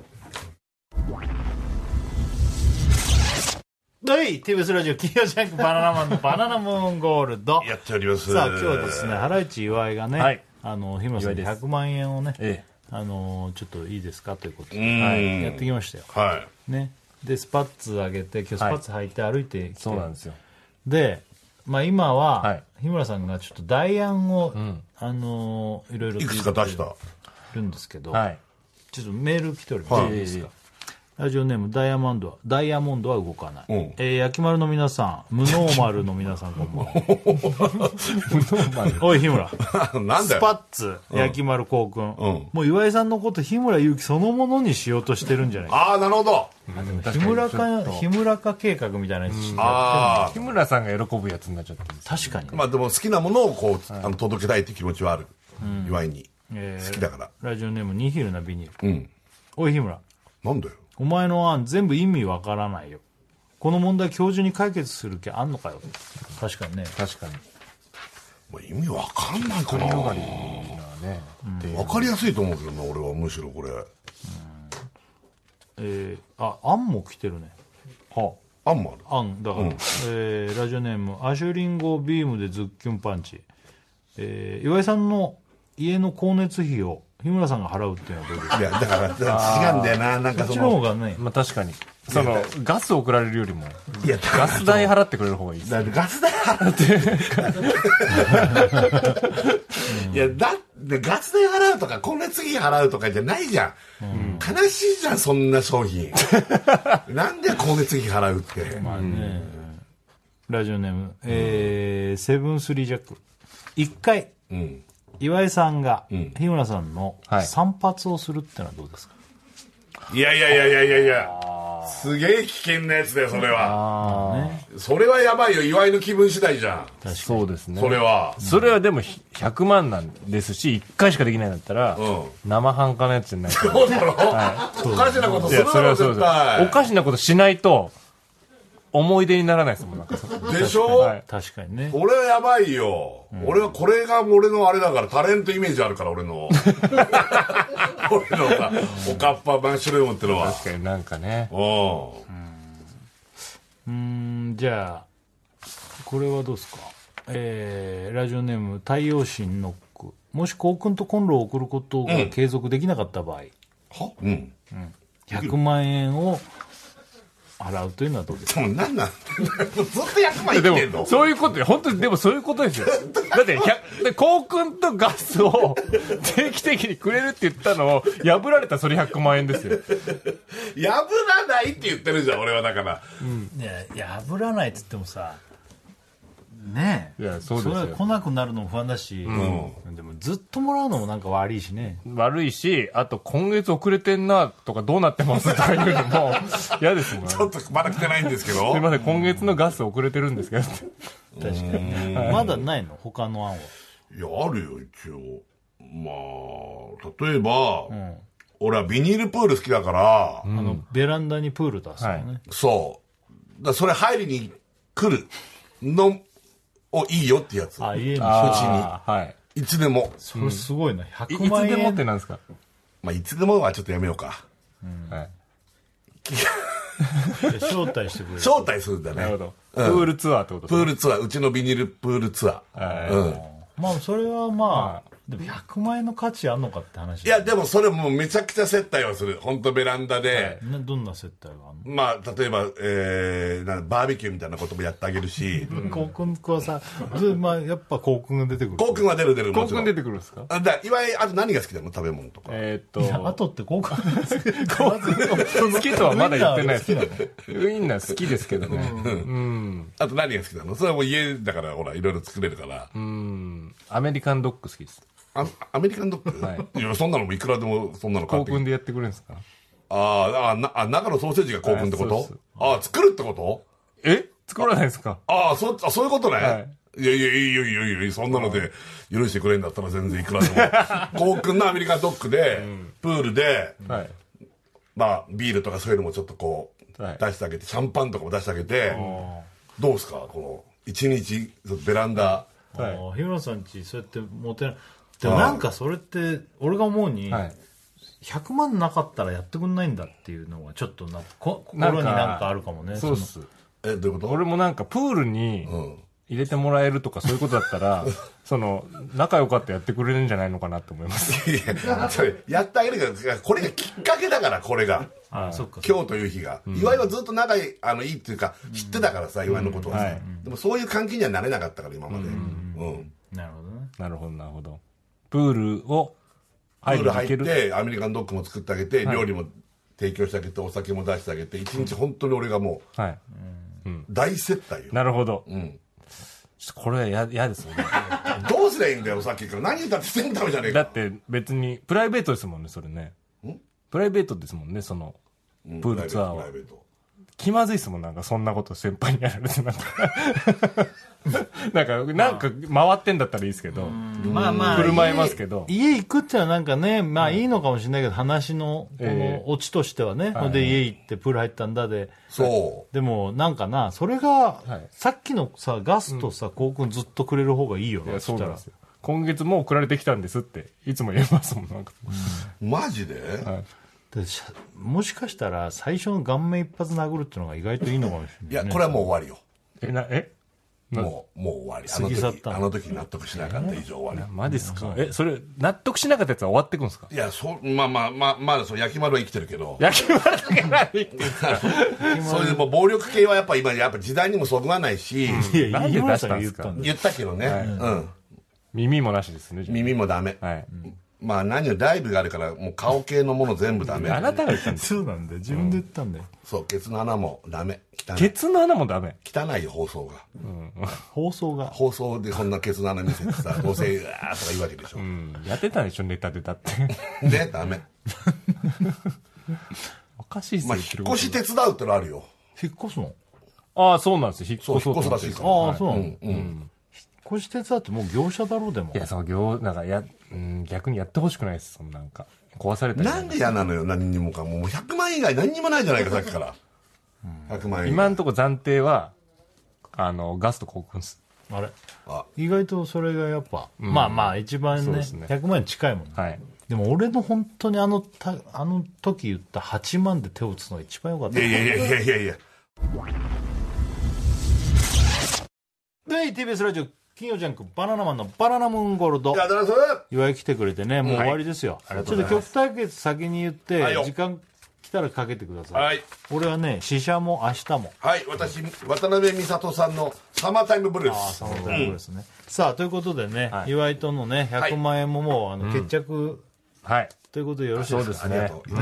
A: はい TBS ラジオ金曜ジャンクバナナマンのバナナムーンゴールド
B: やっております
A: さあ今日はですねハライチ岩井がね、
C: はい
A: あの日村さんに
C: 岩井で
A: 100万円をね、
C: え
A: あのちょっといいですかということで、
B: ん
A: はい、やってきましたよ
B: は
A: ねでスパッツ上げて今日スパッツ履いて歩いてきて、
C: そうなんですよ
A: で、まあ、今は、
C: はい
A: 日村さんがちょっと代案を、あのーいろいろ
B: いいくつか出した
A: るんですけど、
C: はい (laughs)
A: ちょっとメール来ております、
C: いいですか
A: ラジオネームダイヤモンドはダイヤモンドは動かない、
B: うん
A: えー、焼き丸の皆さん無ノーマルの皆さんこん
B: (laughs)
A: ばんはおい日村
B: (laughs) なんだ
A: スパ
B: よ
A: ッツ焼き丸こうくん、
B: うん
A: もう岩井さんのこと日村勇紀そのものにしようとしてるんじゃないか
B: ああなるほど
A: 日村か日村か計画みたいなやつして
B: あ
C: 日村さんが喜ぶやつになっちゃってるんです
A: 確かに
B: あまあでも好きなものをこう、あの届けたいって気持ちはある、岩井に
A: えー
B: 好きだから
A: ラジオネームニヒルなビニール
B: うん
A: おい日村
B: なんだよ
A: お前の案全部意味わからないよこの問題今日中に解決する気あんのかよ確かにね
C: 確かに
B: もう意味わかんないかな
C: 広がりなね
B: わかりやすいと思うけどな俺はむしろこれ
A: えー、あ案も来てるね
C: は
B: あんもある
A: 案だから、えーラジオネームアシュリンゴビームでズッキュンパンチ、えー、岩井さんの家の光熱費を日村さんが払うっていうのはどうですか
B: いやだからだから違うんだよななんか
A: こっ
B: そ
A: ちの方
B: の
A: がね
C: まあ確かにそのガス送られるよりも
B: いや
C: ガス代払ってくれる方がいいです
B: だってガス代払って (laughs) いやだってガス代払うとか光熱費払うとかじゃないじゃん、悲しいじゃんそんな商品 (laughs) なんで光熱費払うって、
A: ラジオネーム、えー、セブンスリージャック一回
B: うん
A: 岩井さんが日村さんの
C: はい
A: 散髪をするってのはどうですか、
B: いやいやいやいやいやいやすげえ危険なやつだよそれは
A: ね、
B: それはやばいよ祝いの気分次第じゃん
C: そうですね
B: それは
C: それはでもひ100万なんですし1回しかできないんだったら、
B: う
C: 生半可なやつじゃないから
B: そうだろ、おかしなこと
C: い
B: する
C: や
B: だ
C: それ
B: ろ
C: はそう
B: 絶
C: ですお
B: 対
C: かしなことしないと思い出にならないですもんなんかそ
B: でしょ、
C: はい
A: 確かにね
B: 俺はやばいよ、俺はこれが俺のあれだからタレントイメージあるから俺
C: (laughs)
B: の俺のさおかっぱマッシュルームってのは
C: 確かになんかね
B: う
A: うーんじゃあこれはどうですかえーラジオネーム太陽神ノックもし幸君とコンロを送ることが継続できなかった場合、
B: はうん。
A: 100万円を払うというのはどうですか
B: でも何なんずっと100万いっ
C: で
B: てんの
C: も、そういうことで、本当に、でもそういうことですよ。だって、ひゃで、コウ君とガスを定期的にくれるって言ったのを、破られたそれ100万円ですよ。
B: 破らないって言ってるじゃん、俺はだから。
A: いや破らないっつってもさねえ
C: いやそうですよ
A: れは来なくなるのも不安だし、でもずっともらうのもなんか悪いしね
C: 悪いし、あと、今月遅れてんな、とか、どうなってますとかいうのも、嫌ですもん。す
B: ちょっとまだ来てないんですけ
C: み
B: ど。
C: ません、今月のガス遅れてるんですけどって。
A: 確かにまだないの他の案はい
B: や、あるよ、一応。まあ、例えば、俺はビニールプール好きだから、
A: あのベランダにプール出すのね、
B: そう。だからそれ入りに来るのをいいよってやつ。
A: あ家に
C: あーはい。
B: いつでも。
A: それすごいな
C: いい
A: 100万
C: つでもっ
A: 円
C: てなんですか
B: まあ、いつでもはちょっとやめようか。
C: はい。
A: 招待してく
C: (laughs)
A: れる
B: 招待するんだ
C: な
B: ね
C: るほ。ど。プールツアーってこと
B: プールツアー、うちのビニールプールツア
C: は
B: ー。
C: い
B: うん。
A: まあそれはまあでも100万円の価値あんのかって話
B: いや、でもそれもうめちゃくちゃ接待をする。本当ベランダで。
A: ねどんな接待があんの
B: まあ、例えば、えー、なんバーベキューみたいなこともやってあげるし、
A: コウ君はさ、ずまあ、やっぱコウ君が出てくる。
B: コウ君は出る出る、
C: コ
B: も
C: ウ
B: ちろ
C: 君
B: ん。
C: 出てくるんですか
B: あだから岩井、あと何が好きなの食べ物とか。
C: えーっ
A: いやあ
C: と、
A: とってコウ君が好 (laughs) きまず
C: 好きとはまだ言ってないです
A: ウインナーが
C: ウインナー好きですけどね。
B: あと何が好きなのそれはもう家だから、ほら、いろいろ作れるから。
C: うん。アメリカンドッグ好きです。
B: あアメリカンドッグ、、
C: はい
B: や、そんなのもいくらでも、そんなの買
C: 高
B: ってきて
C: 君でやってくれるんですか
B: あーあなあ、中のソーセージが興奮ってこ
C: はい
B: と
C: そう
B: ああ、作るってこと
C: え作らないですか
B: ああ、そ、あそういうことね。、
C: はい
B: やいや、いいよいいよいいよ、そんなので許してくれんだったら全然いくらでも。
C: (laughs)
B: コウ君のアメリカンドッグで、プールで、
C: はい。
B: まあ、ビールとかそういうのもちょっとこう、
C: はい
B: 出してあげて、シャンパンとかも出してあげて、どうですかこの、一日、そのベランダ。
C: はい
A: あー日村さんち、そうやってモテない。でもなんかそれって、俺が思うに、
C: はい。
A: 100万なかったらやってくんないんだっていうのは、ちょっとな、こ
C: な
A: 心
C: んか
A: になんかあるかもね。
C: そうっす。
B: え、どういうこと
C: 俺もなんかプールに入れてもらえるとかそういうことだった (laughs) ら、その、仲良かったやってくれるんじゃないのかなと思い (laughs) ます。
B: いや、それやってあげるけど、これがきっかけだから、これが。
A: そのあー、そっか。
B: 今日という日が、岩井はずっと仲いいあのいいっていうか知ってたからさ、岩井のことはさ、
C: はい
B: でもそういう関係にはなれなかったから今まで、うん
A: なるほどね。
C: なるほど、なるほど。プールを
B: プー
C: 入り
B: ル
C: に
B: 入
C: 行け
B: っ
C: る。
B: てアメリカンドッグも作ってあげて、料理も提供してあげてお酒も出してあげて一日本当に俺がも
C: はい。
B: う大接待よ、
C: なるほど。
B: うん、
C: ちょっとこれはや嫌ですね。
B: どうすりゃいいんだよさっきから何歌ってせんためじゃねえ
C: だ
B: か
C: って別にプライベートですもんねそれねプライベートですもんねその
B: うん
C: プールツアーは
B: プライベート
C: 気まずいですもんなんかそんなこと先輩にやられ
B: (laughs)
C: てなんかなんかなんか回ってんだったらいいですけど
A: まあまあ、
C: 振る舞いますけど
A: 家行くってのはなんかね、まあいいのかもしれないけど、話の、こ
C: え
A: の、オチとしてはね、ほんで家行ってプール入ったんだで、
B: そ
A: でもなんかなそれが、
C: はい
A: さっきのさガスとさ幸君ずっとくれる方がいいよ
C: い
A: な
C: や
A: そ
C: そう
A: した
C: なん
A: ら
C: ですよ今月もう送られてきたんですっていつも言えますもんなんか
B: うマジで、
A: でしゃもしかしたら最初の顔面一発殴るっていうのが意外といいのかもし
B: い
A: れな
B: や
A: い、ね、
B: これはもう終わりよ
C: えなえ
B: もうもう終わりあの
A: 過ぎ去っ
B: 時
A: た
B: あの時納得しなかった以上終わり
C: マジっすかえそれ納得しなかったやつは終わってくんですか
B: いやそうまあまあまあまだそう焼き丸は生きてるけど
C: 焼き丸だけな生きてる
B: それでもう暴力系はやっぱ今やっぱ時代にもそぐわないし、
A: いや
C: なんで
A: 井村
C: 出し
A: さん
C: た
A: が
C: んで
A: 言っ
C: すか
A: たんだよ
B: 言ったけどね、うん
C: 耳もなしですねじゃあ
B: 耳もダメ、
C: はい
B: まあ何よりライブがあるからもう顔系のもの全部ダメ
C: あなたが言ったんです
A: そうなんだよ自分で言ったんだよ、
B: そうケツの穴もダメ汚い
C: ケツの穴もダメ
B: 汚い放送が
A: 放送が
B: 放送でそんなケツの穴見せてさどうせうわーとか言うわけでしょ、
C: うんやってたでしょネタでだって
B: ねダメ
C: おかしいっすよ
B: まあ
C: 言って
B: 引
C: る
B: っ
C: こ
B: 越
C: と
B: し手伝うってのあるよ
A: 引っ越すの
C: ああそうなんですよ引っ
B: そう
C: 越そ
B: 引
C: う
B: っ越す
C: と思っ
B: らし
C: て
B: い
C: るんです
B: から、
A: ああそうなの、引っ
B: うんうん
A: 越し手伝ってもう業者だろうでも
C: いやその業なんかや、うん、逆にやってほしくないですそのなんか壊されたり
B: なんで嫌なのよ何にもかもう100万円以外何にもないじゃないかさっきから100万円以
C: 今
B: 外
C: んとこ暫定はあのガスと交換です
A: あれ
B: あ
A: 意外とそれがやっぱ、まあまあ一番
C: そう
A: ね
C: ですね
A: 100万円近いもんね、
C: はい
A: でも俺の本当にあのたあの時言った8万で手を打つのが一番良かった
B: いやいやいやいやいやいや
A: はい、TBS ラジオ、金曜ジャンク、バナナマンのバナナムーンゴールド。
B: ありがとうございます
A: 岩井来てくれてね、もう終わりですよ。ちょっと曲対決先に言って、
B: はいよ
A: 時間来たらかけてください。
B: はい
A: 俺はね、死者も明日も。
B: はい私渡辺美里さんの「サマータイムブルー
A: ああ、
B: ス
A: そうですね。さあ、ということでね、岩井とのね、
B: はい
A: 100万円ももう、あの、決着
C: はい。
A: ということでよろしいですか
B: ありがとう、
A: ね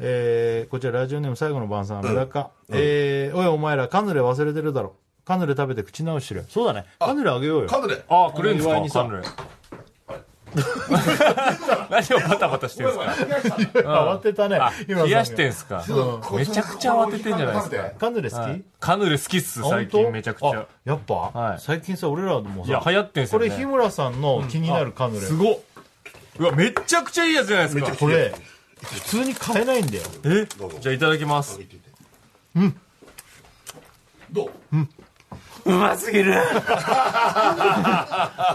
A: えーこちらラジオネーム最後の晩餐村か、えーおいお前らカヌレ忘れてるだろカヌレ食べて口直ししろよそうだねカヌレあげようよ
B: カヌレ
C: ああ、くれるんです
A: お祝
C: か
A: いにさ
C: カヌレ。 (laughs) 何をバタバタしてるんですか
A: 慌てたね
C: あ、
A: 今
C: 冷やしてんすかめちゃくちゃ慌ててんじゃないですか
A: カヌレ好き、
C: はいカヌレ好きっす、最
A: 本当
C: 近めちゃくちゃ
A: あ。やっぱ、
C: はい
A: 最近さ俺らもさ
C: いや、流行ってんす
A: こ
C: よ
A: れ日
C: ね。
A: 村さんの気になるカヌレ、
C: すごっ。うわ、めちゃくちゃいいやつじゃないですか。
A: これ普通に買えないんだよ
C: えじゃあいただきます。
B: どう
C: うますぎる
A: う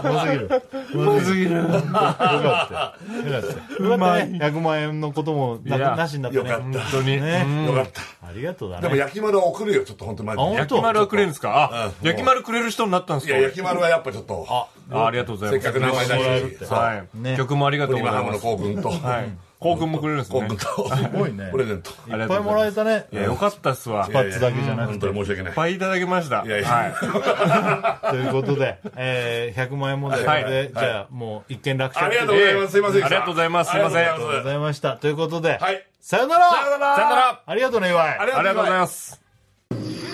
A: ますぎるうますぎるよかったよかったうまい100万円のこともなく
C: いや
A: なしになった
B: よかった
A: ね
C: 本当に。
A: ね
B: よかった
A: ありがとうだ
B: でも
A: ね
B: 焼き丸は送るよちょっと本当マジ
A: あ
B: で
A: 本
C: 焼き丸はくれるんですかあ
B: う、ん
C: 焼き丸くれる人になったんです
B: い
C: か
B: や焼き丸はやっぱちょっと
C: あありがとうござ
B: せ
C: い
B: っ
C: ま
B: か。
C: す
B: く名前
A: もらえるっ
B: 出
A: て
B: して
C: はい、
A: ね
C: 曲もありがとう
B: プリ
C: ご
B: マ
C: ざ
B: ハ
C: い
B: ム
C: ま
B: の幸
C: す。
B: 君と
C: はい。幸君もくれるんですね。
B: 幸君と
A: すごいね
B: プレゼント
C: あり
A: い
C: が
A: っ
C: と
A: ぱ
C: う
A: い
C: ご
A: も
C: ざ
A: ら
C: い
A: え
C: ま
A: たね
C: す。いや、よかったっすわ。い
A: パッツだけじゃなく
B: 本
A: て
B: 当に申し訳ない
C: っぱいいただきました。はい
B: やいや
C: い。
A: ということで、えー、100万円問題
C: はい
A: これで、じゃあもう一件落
B: (laughs)
A: 着
B: ありがとうございますすいませんでした
C: ありがとうございますすいません
B: ありがとう
A: あ
B: ご
A: りがと
B: ざ
A: うございましたということで、
B: はい
A: さよなら
B: さよなら
C: さよなら
A: ありがとうね岩井
C: ありがとうございます。
A: 「